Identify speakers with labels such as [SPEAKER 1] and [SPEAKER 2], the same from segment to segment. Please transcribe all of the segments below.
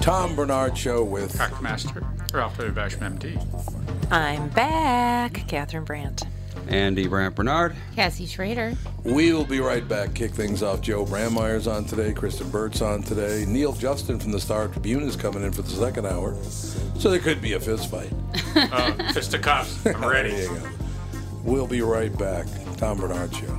[SPEAKER 1] Tom Bernard Show with
[SPEAKER 2] Hackmaster, Ralph W. Basham, MD.
[SPEAKER 3] I'm back, Catherine Brandt.
[SPEAKER 4] Andy Brandt Bernard.
[SPEAKER 5] Cassie Schrader.
[SPEAKER 1] We'll be right back. Kick things off. Joe Brandmeyer's on today. Kristen Burt's on today. Neil Justin from the Star Tribune is coming in for the second hour. So there could be a fist fight.
[SPEAKER 2] Uh, fist of cuffs. I'm ready.
[SPEAKER 1] There you go. We'll be right back. Tom Bernard Show.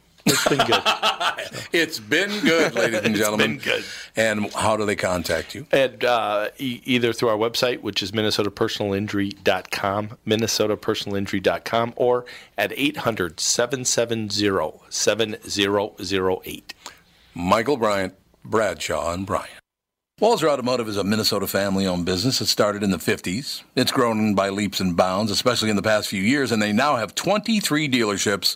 [SPEAKER 6] It's been good.
[SPEAKER 1] It's been good, ladies and gentlemen.
[SPEAKER 6] been good.
[SPEAKER 1] And how do they contact you?
[SPEAKER 6] And uh, e- either through our website, which is minnesotapersonalinjury.com, minnesotapersonalinjury.com, or at 800 770 7008.
[SPEAKER 1] Michael Bryant, Bradshaw, and Bryant. Walzer Automotive is a Minnesota family owned business that started in the 50s. It's grown by leaps and bounds, especially in the past few years, and they now have 23 dealerships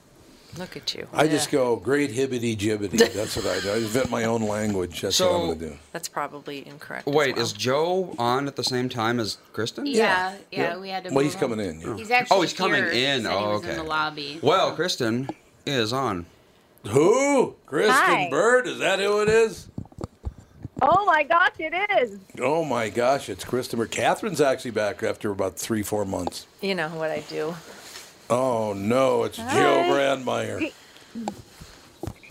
[SPEAKER 3] Look at you.
[SPEAKER 1] I just go, great hibbity jibbity. That's what I do. I invent my own language. That's what I'm
[SPEAKER 4] So-
[SPEAKER 1] going to do.
[SPEAKER 3] That's probably incorrect. as
[SPEAKER 4] Wait,
[SPEAKER 3] well.
[SPEAKER 4] is Joe on at the same time as Kristen?
[SPEAKER 5] Yeah, yeah,
[SPEAKER 1] Yeah.
[SPEAKER 5] we had to.
[SPEAKER 1] Well,
[SPEAKER 5] move
[SPEAKER 1] he's
[SPEAKER 5] him.
[SPEAKER 1] coming in, yeah.
[SPEAKER 5] He's actually
[SPEAKER 4] Oh, he's coming
[SPEAKER 5] here. He
[SPEAKER 4] in.
[SPEAKER 5] said he
[SPEAKER 4] Oh,
[SPEAKER 5] was in
[SPEAKER 4] okay.
[SPEAKER 5] the lobby.
[SPEAKER 4] Well, Kristen is on.
[SPEAKER 1] Who? Kristen
[SPEAKER 7] Hi.
[SPEAKER 1] Bird? Is that who it is?
[SPEAKER 7] Oh my gosh, it is.
[SPEAKER 1] Oh, my gosh, it's Kristen Bird. Catherine's actually back after about three, four months.
[SPEAKER 3] You know what I do.
[SPEAKER 1] Oh, no, it's Joe Brandmeier.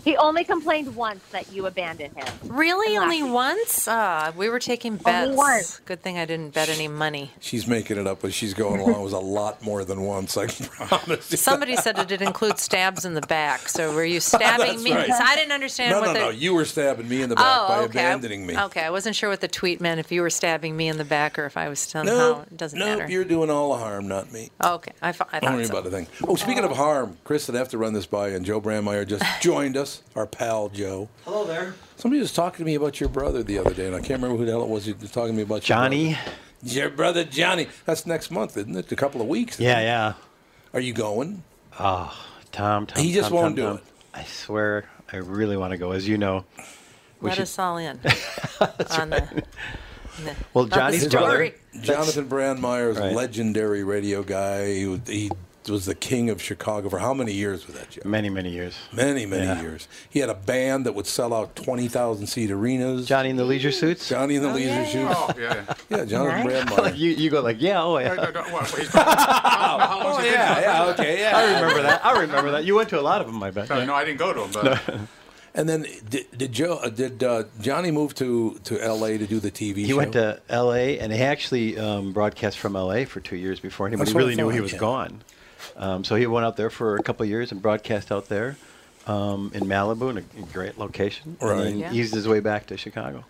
[SPEAKER 7] He only complained once that you abandoned him.
[SPEAKER 3] Really? Only
[SPEAKER 7] laughing.
[SPEAKER 3] once? Ah, we were taking bets.
[SPEAKER 7] once.
[SPEAKER 3] Good thing I didn't bet any money.
[SPEAKER 1] She's making it up as she's going along. It was a lot more than once, I can promise you.
[SPEAKER 3] Somebody said it did include stabs in the back. So were you stabbing
[SPEAKER 1] That's
[SPEAKER 3] me?
[SPEAKER 1] right.
[SPEAKER 3] Because I didn't understand
[SPEAKER 1] No,
[SPEAKER 3] what
[SPEAKER 1] no,
[SPEAKER 3] the.
[SPEAKER 1] no. You were stabbing me in the back
[SPEAKER 3] Oh,
[SPEAKER 1] by
[SPEAKER 3] okay.
[SPEAKER 1] abandoning me.
[SPEAKER 3] Okay, I wasn't sure what the tweet meant. If you were stabbing me in the back, or if I was somehow
[SPEAKER 1] No,
[SPEAKER 3] it doesn't
[SPEAKER 1] no,
[SPEAKER 3] matter.
[SPEAKER 1] you're doing all the harm, not me.
[SPEAKER 3] Okay, I, fo- I
[SPEAKER 1] Don't worry
[SPEAKER 3] thought so.
[SPEAKER 1] about a thing. Oh, speaking of harm, Kristen, I have to run this by, and Joe Brandmeier just joined us, our pal Joe.
[SPEAKER 4] Hello there.
[SPEAKER 1] Somebody was talking to me about your brother the other day, and I can't remember who the hell it was. He was talking to me about
[SPEAKER 8] Johnny.
[SPEAKER 1] Your brother, your brother Johnny. That's next month, isn't it? A couple of weeks.
[SPEAKER 8] Yeah, yeah. Ah,
[SPEAKER 1] Are you going?
[SPEAKER 8] Tom, Tom.
[SPEAKER 1] He just
[SPEAKER 8] Tom, Tom,
[SPEAKER 1] won't do
[SPEAKER 8] Tom.
[SPEAKER 1] it.
[SPEAKER 8] I swear, I really want to go. As you know, we
[SPEAKER 3] Let
[SPEAKER 8] should-
[SPEAKER 3] us all in. on the, the-
[SPEAKER 8] Well,
[SPEAKER 3] on the
[SPEAKER 8] Johnny's
[SPEAKER 3] story.
[SPEAKER 8] brother.
[SPEAKER 1] Jonathan Brandmeier is a
[SPEAKER 8] Right.
[SPEAKER 1] legendary radio guy. He was, he was the king of Chicago for how many years was that, Joe?
[SPEAKER 8] Many, many years.
[SPEAKER 1] Many, many
[SPEAKER 8] Yeah.
[SPEAKER 1] years. He had a band that would sell out 20,000 seat arenas.
[SPEAKER 8] Johnny in the leisure suits.
[SPEAKER 1] Johnny and the Leisure Shoes.
[SPEAKER 2] Oh, yeah. yeah.
[SPEAKER 1] Yeah, Jonathan
[SPEAKER 8] Like
[SPEAKER 1] Brandmeier.
[SPEAKER 8] you, you go like, yeah, oh yeah.
[SPEAKER 2] No, no, what, he's-
[SPEAKER 4] Oh,
[SPEAKER 2] how
[SPEAKER 8] Oh,
[SPEAKER 2] long's he been-
[SPEAKER 1] yeah, okay, yeah.
[SPEAKER 8] I remember that. I remember that. You went to a lot of them, I bet.
[SPEAKER 2] No, I didn't go to him, but
[SPEAKER 1] And then did, did Joe uh, did uh, Johnny move to to L.A. to do the TV
[SPEAKER 8] He
[SPEAKER 1] show?
[SPEAKER 8] went to L.A. and he actually um, broadcast from L.A. for two years before anybody
[SPEAKER 1] That's what I
[SPEAKER 8] really knew he
[SPEAKER 1] thought,
[SPEAKER 8] was
[SPEAKER 1] yeah.
[SPEAKER 8] gone. Um, so he went out there for a couple of years and broadcast out there um, in Malibu in a great location.
[SPEAKER 1] Right.
[SPEAKER 8] And then
[SPEAKER 3] Yeah.
[SPEAKER 8] eased his way back to Chicago.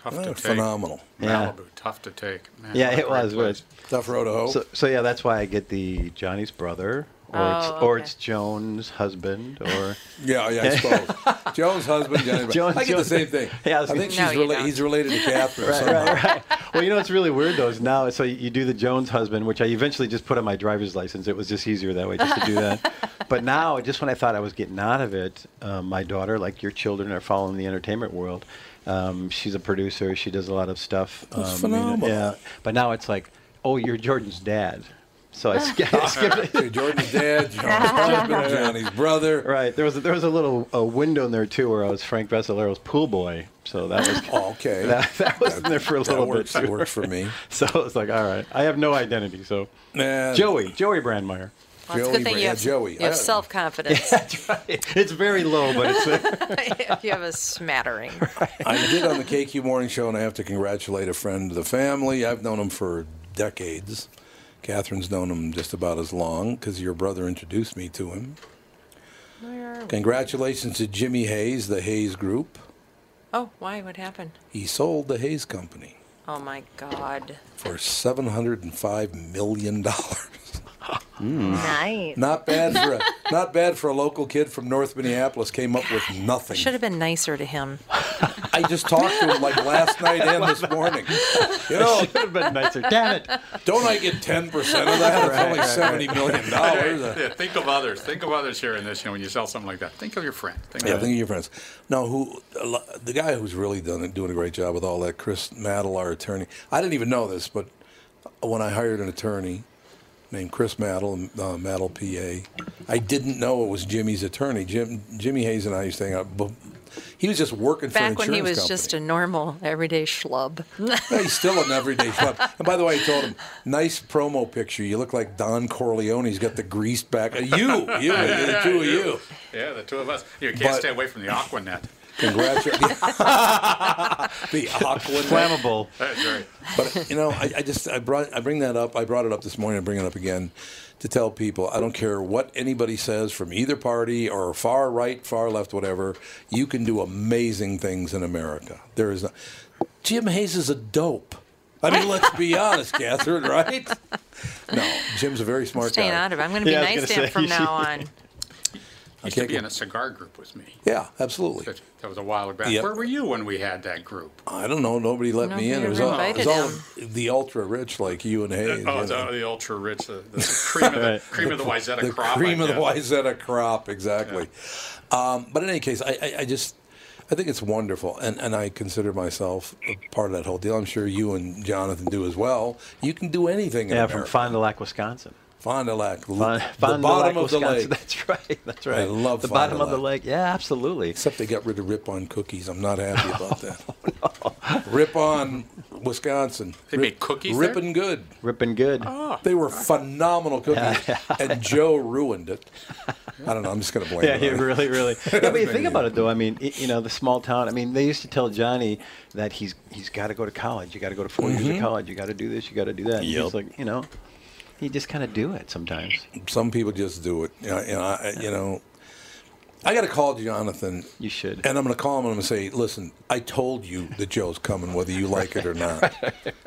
[SPEAKER 2] tough
[SPEAKER 1] Oh,
[SPEAKER 2] to take.
[SPEAKER 1] phenomenal.
[SPEAKER 8] Yeah.
[SPEAKER 2] Malibu, tough to take. Man,
[SPEAKER 8] Yeah,
[SPEAKER 2] what a
[SPEAKER 8] it
[SPEAKER 2] great
[SPEAKER 8] was.
[SPEAKER 2] place.
[SPEAKER 8] was.
[SPEAKER 1] Tough road to hoe.
[SPEAKER 8] So, so yeah, that's why I get the Johnny's brother, or it's
[SPEAKER 3] Oh,
[SPEAKER 8] or
[SPEAKER 3] okay.
[SPEAKER 8] it's Joan's husband, or
[SPEAKER 1] yeah, yeah, I suppose. Joe's husband, Johnny. Brand-
[SPEAKER 8] Jones-
[SPEAKER 1] I get the
[SPEAKER 8] Jones-
[SPEAKER 1] same thing.
[SPEAKER 8] Yeah, I
[SPEAKER 1] I
[SPEAKER 8] was
[SPEAKER 1] think
[SPEAKER 8] gonna-
[SPEAKER 1] she's
[SPEAKER 3] No, you
[SPEAKER 1] rela-
[SPEAKER 3] don't.
[SPEAKER 1] he's related to Catherine.
[SPEAKER 8] right,
[SPEAKER 1] somehow.
[SPEAKER 8] right, right. Well, you know it's really weird though. Is now so you do the Jones husband, which I eventually just put on my driver's license. It was just easier that way, just to do that. but now, just when I thought I was getting out of it, um, my daughter, like your children, are following the entertainment world. Um, she's a producer. She does a lot of stuff.
[SPEAKER 1] That's
[SPEAKER 8] I mean,
[SPEAKER 1] phenomenal.
[SPEAKER 8] yeah. But now it's like, oh, you're Jordan's dad. So Oh, I sk- I skipped it.
[SPEAKER 1] Okay, Jordan's dad, Johnny's husband, Johnny's brother.
[SPEAKER 8] Right. There was a, there was a little a window in there too where I was Frank Vasilero's pool boy. So that was
[SPEAKER 1] Oh, okay.
[SPEAKER 8] that, that was in there for a
[SPEAKER 1] That
[SPEAKER 8] little bit
[SPEAKER 1] works.
[SPEAKER 8] too.
[SPEAKER 1] That works for me.
[SPEAKER 8] So I was like, all right, I have no identity. So
[SPEAKER 1] Man.
[SPEAKER 8] Joey, Joey Brandmeier.
[SPEAKER 3] Well, it's a
[SPEAKER 1] Joey
[SPEAKER 3] good thing
[SPEAKER 1] Brand-
[SPEAKER 3] you have,
[SPEAKER 1] Joey. Oh.
[SPEAKER 3] You have
[SPEAKER 1] I-
[SPEAKER 3] self confidence.
[SPEAKER 8] It's very low, but it's there.
[SPEAKER 3] if you have a smattering.
[SPEAKER 1] I did on the KQ Morning Show, and I have to congratulate a friend of the family. I've known him for decades. Catherine's known him just about as long because your brother introduced me to him. Congratulations to Jimmy Hayes, the Hayes Group.
[SPEAKER 3] Oh, why? What happened?
[SPEAKER 1] He sold the Hayes Company
[SPEAKER 3] Oh my God.
[SPEAKER 1] for $705 million.
[SPEAKER 7] Nice.
[SPEAKER 1] Hmm. Not bad for a, not bad for a local kid from North Minneapolis. Came up with nothing.
[SPEAKER 3] Should have been nicer to him.
[SPEAKER 1] I just talked to him like last night and this morning. You know,
[SPEAKER 8] Should have been nicer. Damn it.
[SPEAKER 1] don't I get ten percent of that? It's only seventy million dollars.
[SPEAKER 2] Yeah, yeah, think of others. Think of others here in this. You know, when you sell something like that, think of your friend. Think
[SPEAKER 1] Yeah,
[SPEAKER 2] of
[SPEAKER 1] think of your friends. No, who a lo- the guy who's really done it, doing a great job with all that, Chris Maddle, our attorney. I didn't even know this, but when I hired an attorney named Chris Maddle, uh, Maddle PA, I didn't know it was Jimmy's attorney. Jim, Jimmy Hayes and I used to hang out. But he was just working for an
[SPEAKER 3] Back when he was
[SPEAKER 1] insurance
[SPEAKER 3] just a
[SPEAKER 1] company.
[SPEAKER 3] normal, everyday schlub.
[SPEAKER 1] Yeah, he's still an everyday schlub. And by the way, I told him, nice promo picture. You look like Don Corleone. He's got the greased back. Uh, You, you, the two of you.
[SPEAKER 2] Yeah, the two of us. You can't
[SPEAKER 1] But-
[SPEAKER 2] stay away from the Aquanet.
[SPEAKER 1] Congratulations. the Aquanet.
[SPEAKER 8] Flammable.
[SPEAKER 2] That's right.
[SPEAKER 1] But you know, I, I just I brought I bring that up. I brought it up this morning. I bring it up again to tell people I don't care what anybody says from either party or far right, far left, whatever. You can do amazing things in America. There is no, Jim Hayes is a dope. I mean, let's be honest, Catherine. Right? No, Jim's a very smart
[SPEAKER 3] Staying
[SPEAKER 1] guy.
[SPEAKER 3] out of it. I'm going to be
[SPEAKER 8] Yeah, I was
[SPEAKER 3] nice to
[SPEAKER 8] gonna
[SPEAKER 3] him
[SPEAKER 8] say,
[SPEAKER 3] from
[SPEAKER 8] you
[SPEAKER 3] now on.
[SPEAKER 2] used to
[SPEAKER 1] can't
[SPEAKER 2] be
[SPEAKER 1] get-
[SPEAKER 2] in a cigar group with me.
[SPEAKER 1] Yeah, absolutely.
[SPEAKER 2] That was a while back.
[SPEAKER 1] Yep.
[SPEAKER 2] Where were you when we had that group?
[SPEAKER 1] I don't know. Nobody let me in. It was, all, it was
[SPEAKER 2] Nobody
[SPEAKER 1] all the ultra rich like you and Hayes.
[SPEAKER 2] oh,
[SPEAKER 1] you
[SPEAKER 2] the,
[SPEAKER 1] know.
[SPEAKER 2] the ultra rich, the, the cream of the cream of the Wyzetta
[SPEAKER 1] the
[SPEAKER 2] crop. I
[SPEAKER 1] cream of the
[SPEAKER 2] guess.
[SPEAKER 1] Wyzetta crop, exactly. Um, but in any case, I, I, I just I think it's wonderful, and and I consider myself a part of that whole deal. I'm sure you and Jonathan do as well. You can do anything.
[SPEAKER 8] Yeah,
[SPEAKER 1] in
[SPEAKER 8] from
[SPEAKER 1] Fond du Lac, Wisconsin. Fond du Lac,
[SPEAKER 8] Fond- Fond
[SPEAKER 1] the
[SPEAKER 8] du Lac,
[SPEAKER 1] bottom of the
[SPEAKER 8] Wisconsin.
[SPEAKER 1] lake.
[SPEAKER 8] That's right. That's right.
[SPEAKER 1] I love
[SPEAKER 8] the
[SPEAKER 1] Fond
[SPEAKER 8] bottom
[SPEAKER 1] du
[SPEAKER 8] of the lake. Yeah, absolutely.
[SPEAKER 1] Except they got rid of Rip On cookies. I'm not happy about that.
[SPEAKER 8] Oh,
[SPEAKER 1] Rip On, Wisconsin.
[SPEAKER 2] They make cookies there? Ah.
[SPEAKER 1] Ripping good.
[SPEAKER 8] Ripping good.
[SPEAKER 1] They were phenomenal cookies, and Joe ruined it. I don't know. I'm just going to blame.
[SPEAKER 8] Yeah,
[SPEAKER 1] it
[SPEAKER 8] yeah,
[SPEAKER 1] on him.
[SPEAKER 8] really, really. Yeah, but you think about it though. I mean, i you know, the small town. I mean, they used to tell Johnny that he's he's got to go to college. You got to go to 4 years
[SPEAKER 1] Mhm.
[SPEAKER 8] of college. You got to do this. You got to do that. And
[SPEAKER 1] Yep.
[SPEAKER 8] He's like, you know, he just kind of do it sometimes.
[SPEAKER 1] Some people just do it. You know, and I, you know, I got to call Jonathan.
[SPEAKER 8] You should.
[SPEAKER 1] And I'm going to call him and I'm going to say, listen, I told you that Joe's coming, whether you like it or not.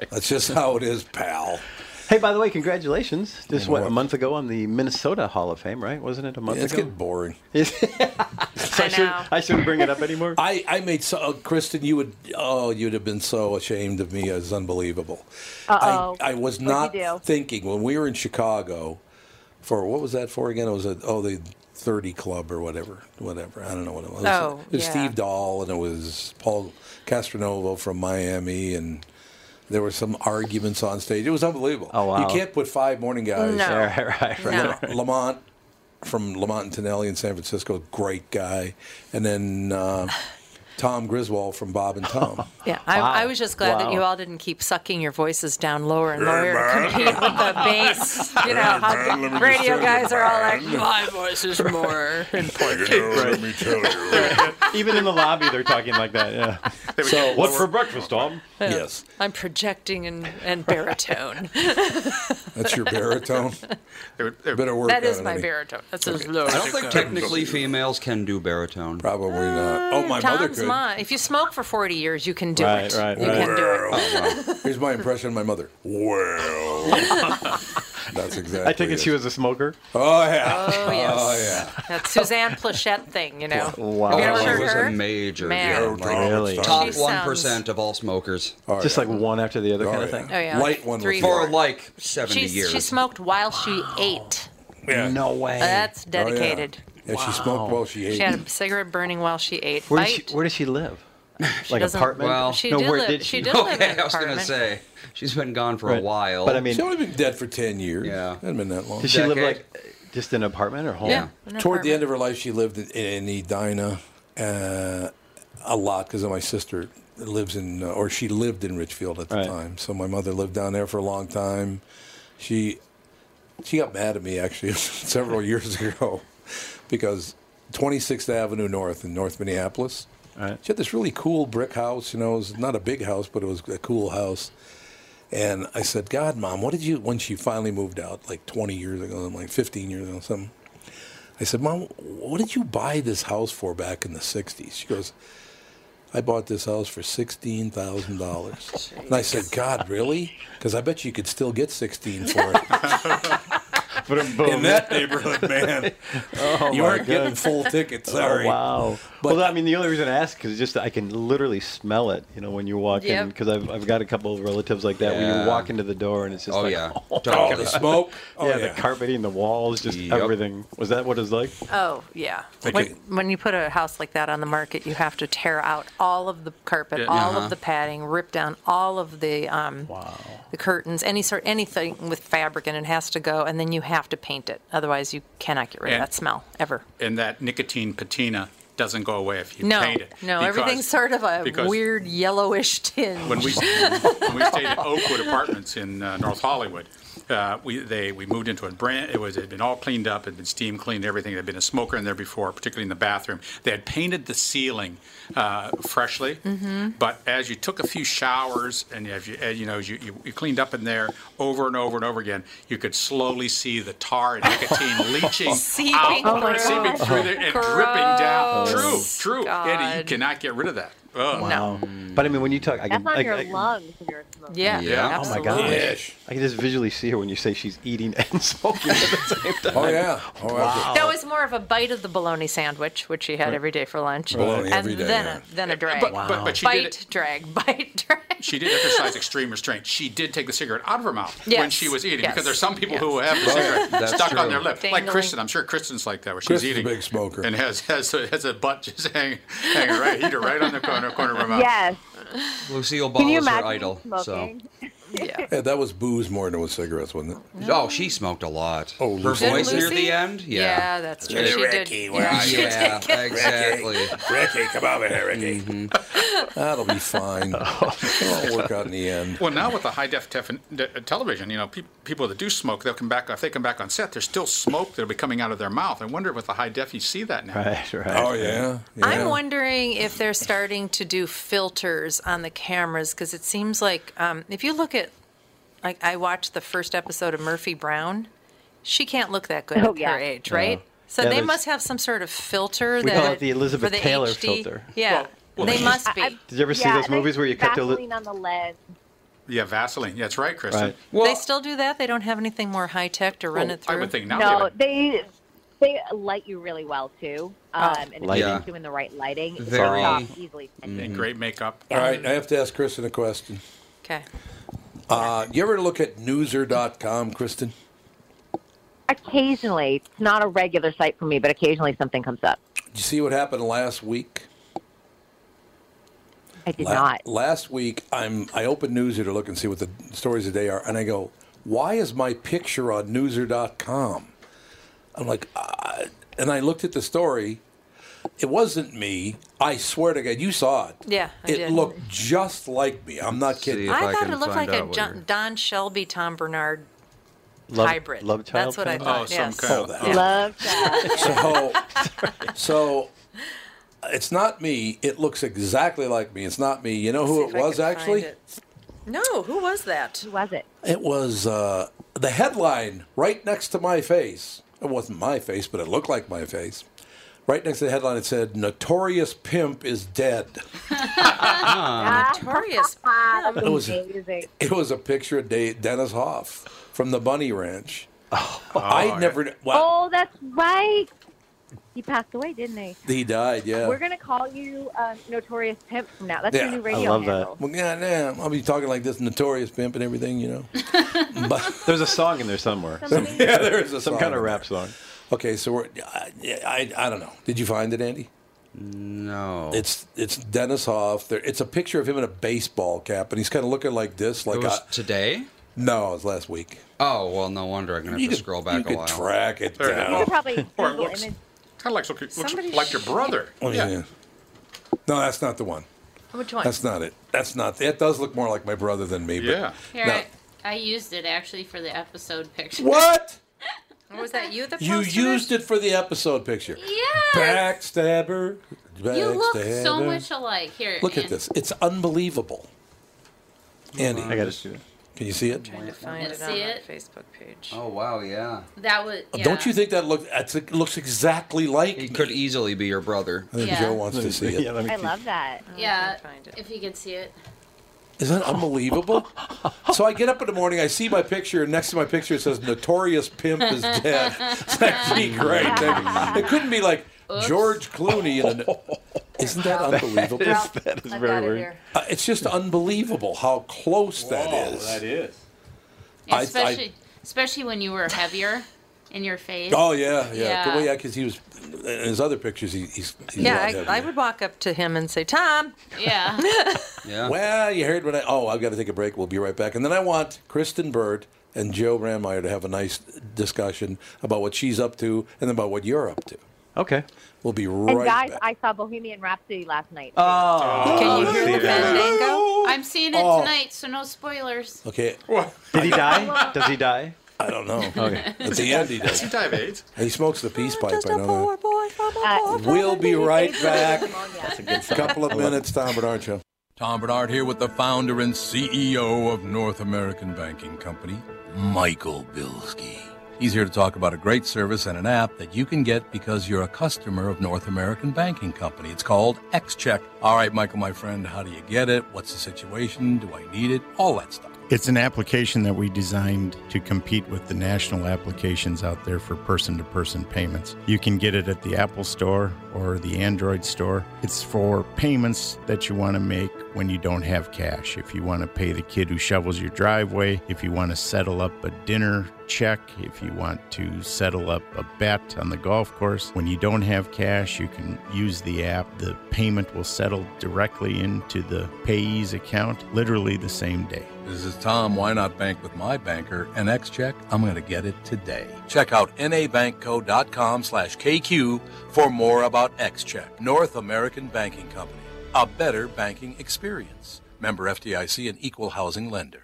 [SPEAKER 1] That's just how it is, pal.
[SPEAKER 8] Hey, by the way, congratulations! Just
[SPEAKER 1] know
[SPEAKER 8] what,
[SPEAKER 1] what?
[SPEAKER 8] a month ago on the Minnesota Hall of Fame, right? Wasn't it a month
[SPEAKER 1] Yeah, it's
[SPEAKER 8] ago?
[SPEAKER 1] getting boring.
[SPEAKER 8] So I, should, I shouldn't bring it up anymore.
[SPEAKER 1] I, I made so, oh, Kristen, you would, oh, you'd have been so ashamed of me. It's unbelievable.
[SPEAKER 6] Uh-oh.
[SPEAKER 1] I, I was
[SPEAKER 6] What'd
[SPEAKER 1] not
[SPEAKER 6] you do?
[SPEAKER 1] thinking when we were in Chicago for what was that for again? It was a oh the thirty club or whatever, whatever. I don't know what it was.
[SPEAKER 9] Oh,
[SPEAKER 1] it was
[SPEAKER 9] yeah.
[SPEAKER 1] Steve Dahl and it was Paul Castronovo from Miami and. There were some arguments on stage. It was unbelievable. Oh
[SPEAKER 8] wow.
[SPEAKER 1] You can't put five morning guys.
[SPEAKER 8] No. Right, right, right, No.
[SPEAKER 1] Lam- Lamont from Lamont and Tonelli in San Francisco, great guy, and then uh, Tom Griswold from Bob and Tom.
[SPEAKER 3] Yeah, I, I was just glad that
[SPEAKER 1] Wow.
[SPEAKER 3] you all didn't keep sucking your voices down lower and lower to compete with the bass. You know how
[SPEAKER 9] Let me just
[SPEAKER 3] radio
[SPEAKER 9] tell you,
[SPEAKER 3] guys are all like,
[SPEAKER 9] man.
[SPEAKER 3] my voice is more important.
[SPEAKER 9] Let me tell you.
[SPEAKER 8] Even in the lobby, they're talking like that. Yeah.
[SPEAKER 1] So
[SPEAKER 8] what for breakfast, Tom?
[SPEAKER 3] Yeah.
[SPEAKER 1] Yes.
[SPEAKER 3] I'm projecting and, and baritone.
[SPEAKER 1] That's your baritone. Better work.
[SPEAKER 3] that
[SPEAKER 1] on
[SPEAKER 3] is
[SPEAKER 1] it,
[SPEAKER 3] my
[SPEAKER 1] honey.
[SPEAKER 3] baritone. That's as
[SPEAKER 4] I
[SPEAKER 3] low. as
[SPEAKER 4] don't
[SPEAKER 3] it
[SPEAKER 4] think
[SPEAKER 3] goes.
[SPEAKER 4] technically females can do baritone.
[SPEAKER 1] Probably not.
[SPEAKER 5] Uh,
[SPEAKER 1] Oh, my mother
[SPEAKER 3] Tom's
[SPEAKER 1] could.
[SPEAKER 3] mom. If you smoke for 40 years, you can do it. you can do it.
[SPEAKER 1] Well,
[SPEAKER 8] Oh,
[SPEAKER 1] Here's my impression of my mother. Well, that's exactly.
[SPEAKER 8] I take it she was a smoker.
[SPEAKER 1] Oh yeah.
[SPEAKER 3] Oh, yes.
[SPEAKER 1] Oh yeah.
[SPEAKER 3] That Suzanne Plachette thing, you know.
[SPEAKER 8] Wow.
[SPEAKER 3] Have you
[SPEAKER 8] Oh,
[SPEAKER 3] ever
[SPEAKER 8] she
[SPEAKER 3] heard
[SPEAKER 8] was a
[SPEAKER 3] her?
[SPEAKER 4] Major.
[SPEAKER 3] Man.
[SPEAKER 4] deal. Like,
[SPEAKER 8] Really?
[SPEAKER 4] Top
[SPEAKER 3] She
[SPEAKER 4] one percent
[SPEAKER 3] sounds-
[SPEAKER 4] of all smokers.
[SPEAKER 8] Just like one after the other kind of thing.
[SPEAKER 3] Oh, yeah. Light one was Three, four.
[SPEAKER 4] for like seventy
[SPEAKER 3] She,
[SPEAKER 4] years.
[SPEAKER 3] she smoked while she ate.
[SPEAKER 8] No way.
[SPEAKER 3] That's
[SPEAKER 1] Oh, yeah.
[SPEAKER 3] dedicated.
[SPEAKER 1] Yeah, she smoked while Oh, she ate.
[SPEAKER 3] Oh. She had a cigarette burning while she ate.
[SPEAKER 8] Where does
[SPEAKER 3] Bite.
[SPEAKER 8] she, where does she live?
[SPEAKER 3] She
[SPEAKER 8] like
[SPEAKER 3] doesn't-
[SPEAKER 8] apartment?
[SPEAKER 3] Well- she
[SPEAKER 8] no,
[SPEAKER 3] did
[SPEAKER 8] where
[SPEAKER 3] live-
[SPEAKER 8] did
[SPEAKER 3] she
[SPEAKER 8] she?
[SPEAKER 3] did live in
[SPEAKER 4] okay,
[SPEAKER 3] an
[SPEAKER 4] I was gonna
[SPEAKER 3] apartment.
[SPEAKER 4] say she's been gone for a
[SPEAKER 8] Right.
[SPEAKER 4] while.
[SPEAKER 8] But I mean-
[SPEAKER 1] She's only been dead for ten years. Yeah, it hadn't been that long.
[SPEAKER 8] Does she live like just in an apartment or home?
[SPEAKER 1] Yeah. Toward the end of her life, she lived in, in Edina uh, a lot because my sister lives in, uh, or she lived in Richfield at the
[SPEAKER 8] Right.
[SPEAKER 1] time. So my mother lived down there for a long time. She she got mad at me actually several years ago because 26th Avenue North in North Minneapolis. She had this really cool brick house. You know, it was not a big house, but it was a cool house. And I said, God, mom, what did you, when she finally moved out, like 20 years ago, like 15 years ago, something, I said, Mom, what did you buy this house for back in the 60s? She goes, I bought this house for $16,000. and I said, God, really? Because I bet you could still get 16 for it. In that neighborhood, man.
[SPEAKER 8] Oh,
[SPEAKER 1] you
[SPEAKER 8] my
[SPEAKER 1] aren't getting
[SPEAKER 8] goodness.
[SPEAKER 1] full tickets. Sorry.
[SPEAKER 8] Oh, wow. well, I mean, the only reason I ask is just I can literally smell it, you know, when you walk in,
[SPEAKER 1] Yep.
[SPEAKER 8] because I've, I've got a couple of relatives like that where
[SPEAKER 4] Yeah.
[SPEAKER 8] you walk into the door and it's just
[SPEAKER 4] Oh,
[SPEAKER 8] like,
[SPEAKER 4] yeah.
[SPEAKER 8] oh,
[SPEAKER 4] Oh,
[SPEAKER 8] my
[SPEAKER 4] the
[SPEAKER 8] God.
[SPEAKER 4] smoke.
[SPEAKER 1] Oh,
[SPEAKER 8] yeah,
[SPEAKER 1] yeah.
[SPEAKER 8] the carpeting, the walls, just everything. Was that what it was like?
[SPEAKER 3] Oh yeah.
[SPEAKER 8] They
[SPEAKER 3] When,
[SPEAKER 8] could-
[SPEAKER 3] when you put a house like that on the market, you have to tear out all of the carpet,
[SPEAKER 8] Yeah.
[SPEAKER 3] all
[SPEAKER 8] Uh-huh.
[SPEAKER 3] of the padding, rip down all of the um, the curtains, any sort, anything with fabric, and it has to go. And then you have to paint it. Otherwise, you cannot get rid
[SPEAKER 2] And-
[SPEAKER 3] of that smell ever.
[SPEAKER 2] And that nicotine patina doesn't go away if you
[SPEAKER 3] no,
[SPEAKER 2] paint it.
[SPEAKER 3] no,
[SPEAKER 2] because
[SPEAKER 3] everything's sort of a
[SPEAKER 2] because-
[SPEAKER 3] weird yellowish tinge.
[SPEAKER 2] When we, when we stayed at Oakwood Apartments in uh, North Hollywood, uh, we they we moved into a brand. It was it had been all cleaned up, had been steam cleaned, everything. There'd been a smoker in there before, particularly in the bathroom. They had painted the ceiling uh, freshly,
[SPEAKER 3] Mm-hmm.
[SPEAKER 9] Mhm.
[SPEAKER 2] but as you took a few showers and as you as you know as you, you, you cleaned up in there over and over and over again, you could slowly see the tar and nicotine leaching
[SPEAKER 3] Seeping
[SPEAKER 2] out,
[SPEAKER 3] through.
[SPEAKER 2] seeping through there and dripping down. True,
[SPEAKER 3] Gross.
[SPEAKER 2] true. Eddie, you
[SPEAKER 3] God.
[SPEAKER 2] cannot get rid of that. Ugh.
[SPEAKER 8] Wow. But I mean, when you talk, I
[SPEAKER 7] That's
[SPEAKER 8] can,
[SPEAKER 7] on
[SPEAKER 8] I,
[SPEAKER 7] your
[SPEAKER 8] I-
[SPEAKER 7] lungs when you're smoking.
[SPEAKER 8] Oh my gosh. I can just visually see her when you say she's eating and smoking at the same time.
[SPEAKER 10] Oh, yeah. Oh,
[SPEAKER 8] wow.
[SPEAKER 3] That was more of a bite of the bologna sandwich, which she had every day for lunch,
[SPEAKER 2] Bologna
[SPEAKER 3] and
[SPEAKER 2] every day,
[SPEAKER 3] then
[SPEAKER 2] yeah.
[SPEAKER 3] a, then a drag.
[SPEAKER 2] But- but- but she did
[SPEAKER 3] bite, drag, bite, drag.
[SPEAKER 2] She did exercise extreme restraint. She did take the cigarette out of her mouth when
[SPEAKER 3] Yes,
[SPEAKER 2] she was eating
[SPEAKER 3] yes,
[SPEAKER 2] because there's some people
[SPEAKER 3] yes.
[SPEAKER 2] who have the
[SPEAKER 3] Oh, yeah,
[SPEAKER 2] cigarette
[SPEAKER 3] that's
[SPEAKER 2] stuck on
[SPEAKER 3] true.
[SPEAKER 2] their lip. Like
[SPEAKER 3] Dangling.
[SPEAKER 2] Kristen, I'm sure Kristen's like that where she's
[SPEAKER 1] Kristen's a
[SPEAKER 2] eating.
[SPEAKER 1] big smoker.
[SPEAKER 2] And has has a, has a butt just hanging hanging right heater right on the corner corner of her mouth.
[SPEAKER 7] Yes.
[SPEAKER 4] Lucille
[SPEAKER 7] Can
[SPEAKER 4] Ball
[SPEAKER 7] you
[SPEAKER 4] is her
[SPEAKER 7] imagine
[SPEAKER 4] idol. So.
[SPEAKER 7] smoking?
[SPEAKER 1] Yeah, that was booze more than it was cigarettes, wasn't it?
[SPEAKER 4] Oh, she smoked a lot.
[SPEAKER 1] Oh,
[SPEAKER 4] Her
[SPEAKER 1] Lucy.
[SPEAKER 4] voice near the end? Yeah.
[SPEAKER 3] Yeah, that's true. She did-
[SPEAKER 1] Ricky, where
[SPEAKER 3] yeah,
[SPEAKER 1] are
[SPEAKER 3] she
[SPEAKER 1] you?
[SPEAKER 3] did
[SPEAKER 4] Yeah,
[SPEAKER 3] get-
[SPEAKER 4] exactly.
[SPEAKER 1] Ricky, come over here, Ricky. Mm-hmm. That'll be fine. It'll all work out in the end.
[SPEAKER 2] Well, now with the high def, tef- de- television, you know, peop people that do smoke, they'll come back. If they come back on set, there's still smoke that'll be coming out of their mouth. I wonder if with the high def, you see that now.
[SPEAKER 8] Right, right.
[SPEAKER 1] Oh, yeah.
[SPEAKER 3] I'm wondering if they're starting to do filters on the cameras because it seems like um, if you look at, like, I watched the first episode of Murphy Brown, she can't look that good
[SPEAKER 7] Oh,
[SPEAKER 3] at
[SPEAKER 7] yeah.
[SPEAKER 3] her age,
[SPEAKER 8] No.
[SPEAKER 3] right? So
[SPEAKER 8] Yeah,
[SPEAKER 3] they
[SPEAKER 8] there's-
[SPEAKER 3] must have some sort of filter
[SPEAKER 8] We
[SPEAKER 3] that
[SPEAKER 8] call it the
[SPEAKER 3] for
[SPEAKER 8] Elizabeth
[SPEAKER 3] the
[SPEAKER 8] Taylor
[SPEAKER 3] HD.
[SPEAKER 8] filter.
[SPEAKER 3] Yeah,
[SPEAKER 2] Well,
[SPEAKER 3] they
[SPEAKER 2] well,
[SPEAKER 3] must be.
[SPEAKER 8] Did you ever see
[SPEAKER 7] Yeah,
[SPEAKER 8] those
[SPEAKER 7] they-
[SPEAKER 8] movies where you kept a little?
[SPEAKER 7] Vaseline on the lens.
[SPEAKER 2] Yeah, Vaseline. That's right, Kristen.
[SPEAKER 8] Right.
[SPEAKER 3] they still do that. They don't have anything more high tech to run
[SPEAKER 1] Oh,
[SPEAKER 2] Well,
[SPEAKER 3] it through.
[SPEAKER 2] I would think now
[SPEAKER 7] No,
[SPEAKER 2] they
[SPEAKER 7] they they light you really well too.
[SPEAKER 3] Oh.
[SPEAKER 7] Um, and if
[SPEAKER 1] Lighting.
[SPEAKER 7] you're just doing the right lighting, it's
[SPEAKER 1] Very-
[SPEAKER 7] off easily.
[SPEAKER 2] would. And great makeup.
[SPEAKER 1] All right, I have to ask Kristen a question.
[SPEAKER 3] Okay.
[SPEAKER 1] Uh, you ever look at newser.com, Kristen?
[SPEAKER 7] Occasionally, it's not a regular site for me, but occasionally something comes up.
[SPEAKER 1] Did you see what happened last week?
[SPEAKER 7] I did
[SPEAKER 1] La-
[SPEAKER 7] not.
[SPEAKER 1] Last week, I'm I opened Newser to look and see what the stories of the day are, and I go, "Why is my picture on Newser.com?" I'm like, uh, and I looked at the story. It wasn't me. I swear to God, you saw it.
[SPEAKER 3] Yeah, I
[SPEAKER 1] it
[SPEAKER 3] did.
[SPEAKER 1] looked just like me. I'm not kidding.
[SPEAKER 3] I, thought it looked like a John, Don Shelby, Tom Bernard
[SPEAKER 1] Love-
[SPEAKER 3] hybrid.
[SPEAKER 1] love child
[SPEAKER 3] That's what I
[SPEAKER 1] kind of-
[SPEAKER 3] thought.
[SPEAKER 1] Oh, some
[SPEAKER 3] yes.
[SPEAKER 1] kind of that.
[SPEAKER 3] Yeah.
[SPEAKER 1] Love
[SPEAKER 7] so,
[SPEAKER 1] so it's not me. It looks exactly like me. It's not me. You know who it was actually? It.
[SPEAKER 3] No, who was that? Who
[SPEAKER 7] was it?
[SPEAKER 1] was uh, the headline right next to my face. It wasn't my face, but it looked like my face. Right next to the headline, it said, "Notorious Pimp is dead."
[SPEAKER 4] Uh,
[SPEAKER 3] Uh, Notorious.
[SPEAKER 1] It was-
[SPEAKER 7] amazing.
[SPEAKER 1] It was a picture of De- Dennis Hoff from the Bunny Ranch. I never. Well,
[SPEAKER 7] Oh, that's right. He passed away, didn't he?
[SPEAKER 1] he died. Yeah.
[SPEAKER 7] We're gonna call you um, Notorious Pimp from now. That's your new radio handle.
[SPEAKER 1] Well, yeah, yeah, I'll be talking like this, notorious pimp and everything, you know.
[SPEAKER 8] There's a song in there somewhere.
[SPEAKER 1] Somebody- Yeah, there is a
[SPEAKER 8] some
[SPEAKER 1] song
[SPEAKER 8] kind of
[SPEAKER 1] in
[SPEAKER 8] rap song.
[SPEAKER 1] Okay, so we're, I, I, I don't know. Did you find it, Andy? No. It's it's Dennis Hoff. There, it's a picture of him in a baseball cap, and he's kind of looking like this, like
[SPEAKER 4] It was
[SPEAKER 1] a,
[SPEAKER 4] today?
[SPEAKER 1] No, it was last week.
[SPEAKER 4] Oh, well, no wonder I'm going to
[SPEAKER 1] You
[SPEAKER 4] have to
[SPEAKER 1] could-
[SPEAKER 4] scroll back
[SPEAKER 1] you
[SPEAKER 4] a
[SPEAKER 1] could
[SPEAKER 4] while.
[SPEAKER 1] track it
[SPEAKER 2] There you
[SPEAKER 1] down.
[SPEAKER 2] go.
[SPEAKER 7] We'll probably
[SPEAKER 2] Or it
[SPEAKER 7] Google
[SPEAKER 2] looks-
[SPEAKER 7] image.
[SPEAKER 2] Kind of looks, looks
[SPEAKER 7] Somebody
[SPEAKER 2] like your
[SPEAKER 7] sh-
[SPEAKER 2] brother.
[SPEAKER 1] Let me see. Oh, No, that's not the one.
[SPEAKER 3] Which one?
[SPEAKER 1] That's not it. That's not. It does look more like my brother than me. But
[SPEAKER 2] Yeah.
[SPEAKER 5] Here,
[SPEAKER 1] No.
[SPEAKER 5] I, I used it actually for the episode picture.
[SPEAKER 1] What?
[SPEAKER 3] Or was that you that
[SPEAKER 1] You
[SPEAKER 3] posted it?
[SPEAKER 1] used it for the episode picture.
[SPEAKER 5] Yes.
[SPEAKER 1] Backstabber. Backstabber.
[SPEAKER 5] You look so much alike. Here,
[SPEAKER 1] Look
[SPEAKER 5] Ann.
[SPEAKER 1] at this. It's unbelievable. Andy.
[SPEAKER 8] I gotta see it.
[SPEAKER 1] Can you see it?
[SPEAKER 3] Find
[SPEAKER 5] Let's
[SPEAKER 3] it on
[SPEAKER 5] see
[SPEAKER 3] our
[SPEAKER 5] it.
[SPEAKER 3] Facebook page.
[SPEAKER 4] Oh, wow, yeah.
[SPEAKER 5] That was. Yeah.
[SPEAKER 1] Oh, Uh, Don't you think that look that's, it looks exactly like
[SPEAKER 4] He could easily be your brother.
[SPEAKER 1] I think
[SPEAKER 5] Yeah.
[SPEAKER 1] Joe wants to see it. Is
[SPEAKER 7] I love that.
[SPEAKER 3] Oh,
[SPEAKER 5] Yeah. If you could see it.
[SPEAKER 1] that unbelievable? so I get up in the morning, I see my picture, and next to my picture it says "Notorious Pimp is dead." That'd be great. That'd be- It couldn't be like George Clooney. In a, isn't that unbelievable?
[SPEAKER 8] that is
[SPEAKER 5] I'm
[SPEAKER 8] very
[SPEAKER 5] outta
[SPEAKER 8] weird.
[SPEAKER 5] here.
[SPEAKER 1] Uh, it's just unbelievable how close that is.
[SPEAKER 8] is.
[SPEAKER 1] I-
[SPEAKER 5] Especially, especially when you were heavier in your face.
[SPEAKER 1] Oh yeah, yeah.
[SPEAKER 5] Yeah.
[SPEAKER 1] Well, yeah, because he was in his other pictures. He, he's, he's a lot
[SPEAKER 3] Yeah,
[SPEAKER 1] heavier.
[SPEAKER 3] I, I would walk up to him and say, Tom.
[SPEAKER 5] Yeah.
[SPEAKER 4] Yeah.
[SPEAKER 1] Well, you heard what I. Oh, I've got to take a break. We'll be right back. And then I want Kristen Bird and Joe Brandmeier to have a nice discussion about what she's up to and about what you're up to.
[SPEAKER 8] Okay.
[SPEAKER 1] We'll be
[SPEAKER 7] And
[SPEAKER 1] right
[SPEAKER 7] guys,
[SPEAKER 1] back.
[SPEAKER 7] I saw Bohemian Rhapsody last night.
[SPEAKER 8] Oh.
[SPEAKER 3] Can you hear the fandango?
[SPEAKER 5] I'm seeing it
[SPEAKER 1] Oh.
[SPEAKER 5] tonight, so no spoilers.
[SPEAKER 1] Okay.
[SPEAKER 8] Did he die? Does he die?
[SPEAKER 1] I don't know.
[SPEAKER 8] Okay.
[SPEAKER 1] At the end, he does.
[SPEAKER 2] Does he dive AIDS?
[SPEAKER 1] He smokes the peace pipe. I know
[SPEAKER 7] Uh,
[SPEAKER 1] that. We'll be right back.
[SPEAKER 7] pneumonia.
[SPEAKER 1] A couple of minutes, Tom Bernard Show. Tom Bernard here with the founder E and CEO of North American Banking Company, Michael Bilski. Easier to talk about a great service and an app that you can get because you're a customer of North American Banking Company. It's called XCheck. All right, Michael, my friend, how do you get it? What's the situation? Do I need it? All that stuff.
[SPEAKER 11] It's an application that we designed to compete with the national applications out there for person to person payments. You can get it at the Apple Store or the Android Store. It's for payments that you want to make when you don't have cash. If you want to pay the kid who shovels your driveway, if you want to settle up a dinner check, if you want to settle up a bet on the golf course, when you don't have cash, you can use the app. The payment will settle directly into the payee's account literally the same day.
[SPEAKER 1] This is Tom. Why not bank with my banker? And XCheck, I'm going to get it today. Check out nabankco.com slash KQ for more about XCheck, North American Banking Company, a better banking experience. Member FDIC and equal housing lender.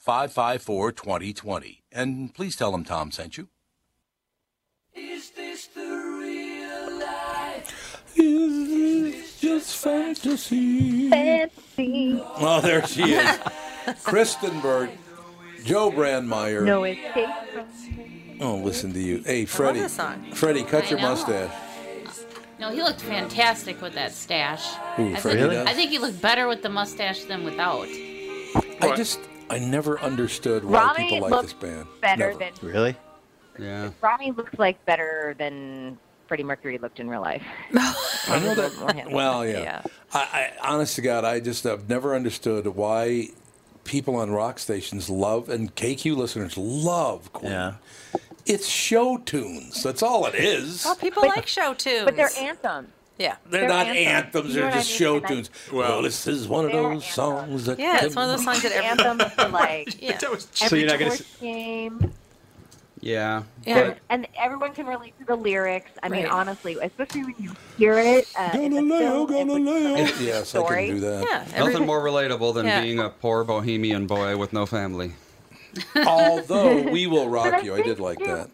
[SPEAKER 1] 554 2020. And please tell them Tom sent you.
[SPEAKER 12] Is this the real life?
[SPEAKER 4] Is this just fantasy?
[SPEAKER 7] Fancy.
[SPEAKER 4] Oh, there she is. Kristen Bird, Joe Brandmeier.
[SPEAKER 7] No escape from
[SPEAKER 4] Oh, listen to you. Hey, Freddie.
[SPEAKER 5] this song.
[SPEAKER 4] Freddie, cut
[SPEAKER 5] I
[SPEAKER 4] your
[SPEAKER 5] know.
[SPEAKER 4] mustache.
[SPEAKER 5] No, he looked fantastic with that stash.
[SPEAKER 4] Ooh,
[SPEAKER 5] I,
[SPEAKER 4] for
[SPEAKER 5] think,
[SPEAKER 4] really?
[SPEAKER 5] I think he looked better with the mustache than without.
[SPEAKER 4] I just, I never understood why
[SPEAKER 7] Rami
[SPEAKER 4] people like
[SPEAKER 7] looked
[SPEAKER 4] this band.
[SPEAKER 7] better
[SPEAKER 4] Never.
[SPEAKER 7] than
[SPEAKER 8] Really?
[SPEAKER 13] Yeah.
[SPEAKER 7] Ronnie looks like better than Freddie Mercury looked in real life.
[SPEAKER 4] I know
[SPEAKER 7] He's a little more
[SPEAKER 4] that.
[SPEAKER 7] handsome.
[SPEAKER 4] Well, yeah. I, I, honest to God, I just have never understood why people on rock stations love and KQ listeners love Queen. Yeah. It's show tunes. That's all it is.
[SPEAKER 3] Well, people like show tunes.
[SPEAKER 7] but they're anthems.
[SPEAKER 3] Yeah.
[SPEAKER 4] They're, not anthems. They're just show tunes. Well, this is one of those songs that.
[SPEAKER 3] Yeah, it's one of those songs that every
[SPEAKER 7] anthems are like
[SPEAKER 3] yeah.
[SPEAKER 4] So you're not gonna
[SPEAKER 7] sports game,
[SPEAKER 13] Yeah.
[SPEAKER 7] and, and everyone can relate to the lyrics. I mean,
[SPEAKER 13] Right.
[SPEAKER 7] honestly, especially when you hear it. Uh, in the
[SPEAKER 4] oh,
[SPEAKER 7] film, it was such a
[SPEAKER 4] uh,
[SPEAKER 13] yes,
[SPEAKER 7] story. Yeah,
[SPEAKER 13] Nothing more relatable than
[SPEAKER 7] Yeah.
[SPEAKER 13] being a poor bohemian boy with no family.
[SPEAKER 4] Although we will
[SPEAKER 7] But I
[SPEAKER 4] rock you, I did like that.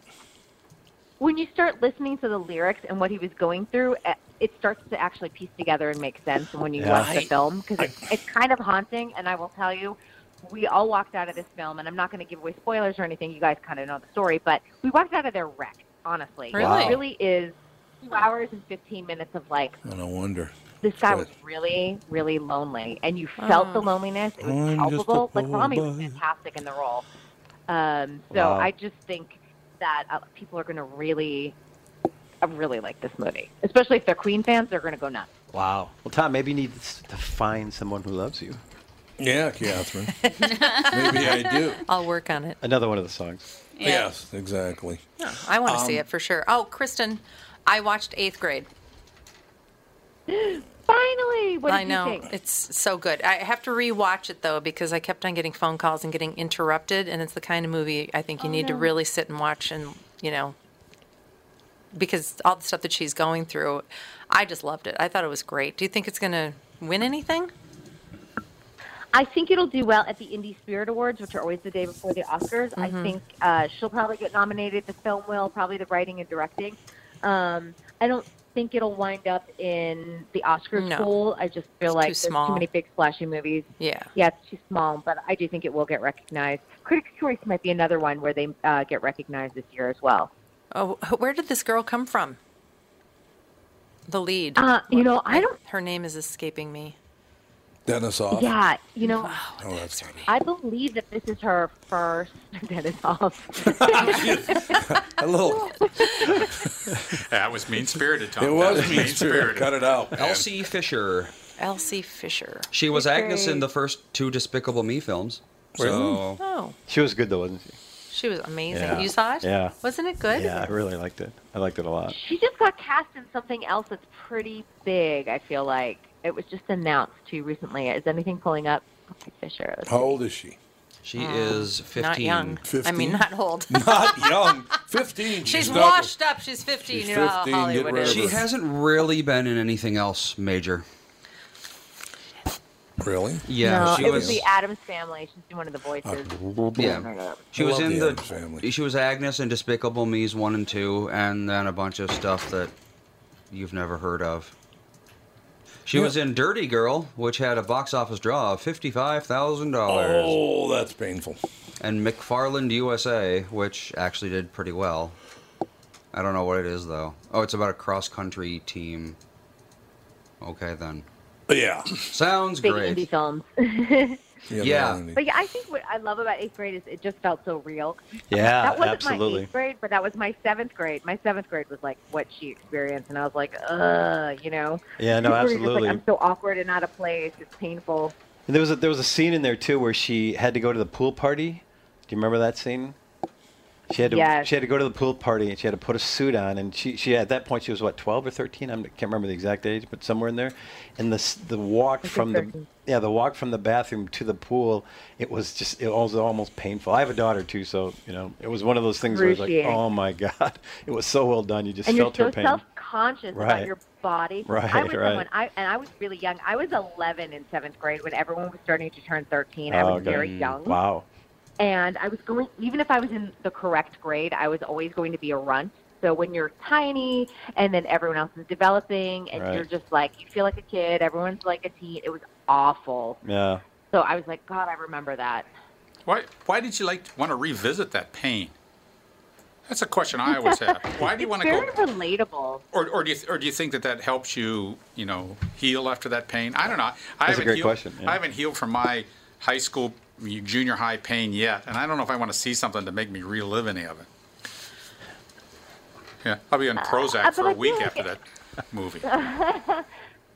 [SPEAKER 7] when you start listening to the lyrics and what he was going through, uh, it starts to actually piece together and make sense when you
[SPEAKER 4] Yeah.
[SPEAKER 7] watch the
[SPEAKER 4] I-
[SPEAKER 7] film because it's, it's kind of haunting. And I will tell you, we all walked out of this film, and I'm not going to give away spoilers or anything. You guys kind of know the story, but we walked out of there wrecked. Honestly,
[SPEAKER 4] Really? Wow.
[SPEAKER 7] it really is two hours and 15 minutes of like
[SPEAKER 4] Oh, no wonder.
[SPEAKER 7] this guy was really, really lonely, and you felt the
[SPEAKER 4] Oh.
[SPEAKER 7] loneliness. It was
[SPEAKER 4] I'm just a
[SPEAKER 7] palpable. Like
[SPEAKER 4] poor
[SPEAKER 7] Rami was
[SPEAKER 4] boy.
[SPEAKER 7] fantastic in the role. Um, so
[SPEAKER 4] Wow.
[SPEAKER 7] I just think that uh, people are going to really, uh, really like this movie, especially if they're Queen fans. They're going to go nuts.
[SPEAKER 8] Wow. Well, Tom, maybe you need s- to find someone who loves you.
[SPEAKER 4] Yeah, Catherine. Maybe I do.
[SPEAKER 3] I'll work on it.
[SPEAKER 8] Another one of the songs.
[SPEAKER 3] Yeah.
[SPEAKER 4] Yes, exactly.
[SPEAKER 3] Yeah, I want to see
[SPEAKER 4] Um,
[SPEAKER 3] it for sure. Oh, Kristen, I watched eighth grade.
[SPEAKER 7] Finally, what did
[SPEAKER 3] I
[SPEAKER 7] you
[SPEAKER 3] know
[SPEAKER 7] think?
[SPEAKER 3] it's so good. I have to rewatch it though because I kept on getting phone calls and getting interrupted, and it's the kind of movie I think you
[SPEAKER 7] Oh,
[SPEAKER 3] need to
[SPEAKER 7] no.
[SPEAKER 3] really sit and watch, and you know, because all the stuff that she's going through, I just loved it. I thought it was great. Do you think it's going to win anything?
[SPEAKER 7] I think it'll do well at the Indie Spirit Awards, which are always the day before the Oscars.
[SPEAKER 3] Mhm.
[SPEAKER 7] I think uh, she'll probably get nominated. The film will probably the writing and directing. Um, I don't think it'll wind up in the Oscar
[SPEAKER 3] No.
[SPEAKER 7] pool. I just feel
[SPEAKER 3] It's
[SPEAKER 7] like
[SPEAKER 3] too
[SPEAKER 7] there's
[SPEAKER 3] small.
[SPEAKER 7] too many big splashy movies.
[SPEAKER 3] Yeah.
[SPEAKER 7] Yeah, it's too small, but I do think it will get recognized. Critics' Choice might be another one where they uh, get recognized this year as well.
[SPEAKER 3] Oh, where did this girl come from? The lead.
[SPEAKER 7] Uh, you know, I don't
[SPEAKER 3] Her name is escaping me.
[SPEAKER 1] Denisoff.
[SPEAKER 7] Yeah, you know,
[SPEAKER 1] Oh, that's funny.
[SPEAKER 7] I believe that this is her first Denisov.
[SPEAKER 1] A little.
[SPEAKER 2] That was mean spirited, Tom.
[SPEAKER 1] It
[SPEAKER 2] That
[SPEAKER 1] was
[SPEAKER 2] mean spirited.
[SPEAKER 1] mean-spirited. Cut it out.
[SPEAKER 4] Elsie Fisher.
[SPEAKER 3] Elsie Fisher.
[SPEAKER 4] She was Agnes in
[SPEAKER 3] Great.
[SPEAKER 4] the first two Despicable Me films. So
[SPEAKER 3] Oh,
[SPEAKER 8] She was good though, wasn't she?
[SPEAKER 3] she was amazing.
[SPEAKER 8] Yeah.
[SPEAKER 3] You saw it?
[SPEAKER 8] Yeah.
[SPEAKER 3] Wasn't it good?
[SPEAKER 8] Yeah, I really liked it. I liked it a lot.
[SPEAKER 7] she just got cast in something else that's pretty big. I feel like it was just announced too recently. Is anything pulling up? Okay, Fisher.
[SPEAKER 1] How old is she?
[SPEAKER 4] She is 15.
[SPEAKER 3] Um, Not young. I mean,
[SPEAKER 1] 15?
[SPEAKER 3] not old.
[SPEAKER 1] Not young. 15.
[SPEAKER 3] She's
[SPEAKER 4] not-
[SPEAKER 3] washed up. She's 15. you know how
[SPEAKER 1] 15, get
[SPEAKER 3] Hollywood
[SPEAKER 1] rid of
[SPEAKER 3] is.
[SPEAKER 4] she hasn't really been in anything else major.
[SPEAKER 1] Really?
[SPEAKER 4] Yeah,
[SPEAKER 7] no,
[SPEAKER 4] she
[SPEAKER 7] it was
[SPEAKER 4] was.
[SPEAKER 7] the Adams Family. She's doing one of the voices.
[SPEAKER 4] yeah, she
[SPEAKER 1] I
[SPEAKER 4] was
[SPEAKER 1] love the
[SPEAKER 4] in the.
[SPEAKER 1] Addams Family.
[SPEAKER 4] She was Agnes in Despicable Me's one and two, and then a bunch of stuff that you've never heard of. She was in Dirty Girl, which had a box office draw of fifty-five thousand dollars.
[SPEAKER 1] Oh, that's painful.
[SPEAKER 4] And McFarland USA, which actually did pretty well. I don't know what it is though. Oh, it's about a cross-country team. Okay then.
[SPEAKER 1] Yeah.
[SPEAKER 4] Sounds
[SPEAKER 7] Big
[SPEAKER 4] great.
[SPEAKER 7] indie films.
[SPEAKER 4] Yeah.
[SPEAKER 7] But yeah, I think what I love about eighth grade is it just felt so real.
[SPEAKER 8] Yeah,
[SPEAKER 7] that wasn't my
[SPEAKER 8] absolutely.
[SPEAKER 7] eighth grade, but that was my seventh grade. My seventh grade was like what she experienced, and I was like, uh, you know.
[SPEAKER 8] Yeah, no,
[SPEAKER 7] People were just
[SPEAKER 8] absolutely.
[SPEAKER 7] like, I'm so awkward and out of place. It's painful.
[SPEAKER 8] And there was a, there was a scene in there too where she had to go to the pool party. Do you remember that scene? She had to
[SPEAKER 7] Yes.
[SPEAKER 8] she had to go to the pool party and she had to put a suit on and she, she at that point she was what 12 or 13 I can't remember the exact age but somewhere in there and the s- the walk
[SPEAKER 7] think
[SPEAKER 8] from the
[SPEAKER 7] 13.
[SPEAKER 8] yeah the walk from the bathroom to the pool it was just it was almost painful I have a daughter too so you know it was one of those things where it's like
[SPEAKER 7] Excruciating.
[SPEAKER 8] oh my god it was so well done you just
[SPEAKER 7] and
[SPEAKER 8] felt
[SPEAKER 7] you're
[SPEAKER 8] her
[SPEAKER 7] so
[SPEAKER 8] pain
[SPEAKER 7] self-conscious
[SPEAKER 8] Right.
[SPEAKER 7] about your body.
[SPEAKER 8] Right,
[SPEAKER 7] I was
[SPEAKER 8] right.
[SPEAKER 7] someone, I, and I was really young. I was 11 in seventh grade when everyone was starting to turn 13. I
[SPEAKER 8] Oh,
[SPEAKER 7] was
[SPEAKER 8] God.
[SPEAKER 7] very young.
[SPEAKER 8] wow
[SPEAKER 7] and I was going even if I was in the correct grade, I was always going to be a runt. So when you're tiny and then everyone else is developing and
[SPEAKER 8] Right.
[SPEAKER 7] you're just like you feel like a kid, everyone's like a teen, it was awful.
[SPEAKER 8] yeah
[SPEAKER 7] So I was like, God, I remember that.
[SPEAKER 2] Why, why did you like want to revisit that pain? That's a question I always have. Why do you
[SPEAKER 7] It's
[SPEAKER 2] want to
[SPEAKER 7] very
[SPEAKER 2] go?
[SPEAKER 7] relatable.
[SPEAKER 2] Or, or, do you, or do you think that that helps you, you know, heal after that pain? I don't know. I
[SPEAKER 8] That's a
[SPEAKER 2] haven't
[SPEAKER 8] great
[SPEAKER 2] healed,
[SPEAKER 8] question, yeah.
[SPEAKER 2] I haven't healed from my high school, junior high pain yet, and I don't know if I want to see something to make me relive any of it. Yeah, I'll be on Prozac
[SPEAKER 7] Uh,
[SPEAKER 2] for
[SPEAKER 7] but
[SPEAKER 2] a
[SPEAKER 7] I feel
[SPEAKER 2] week
[SPEAKER 7] like
[SPEAKER 2] after
[SPEAKER 7] it-
[SPEAKER 2] that movie.
[SPEAKER 7] I,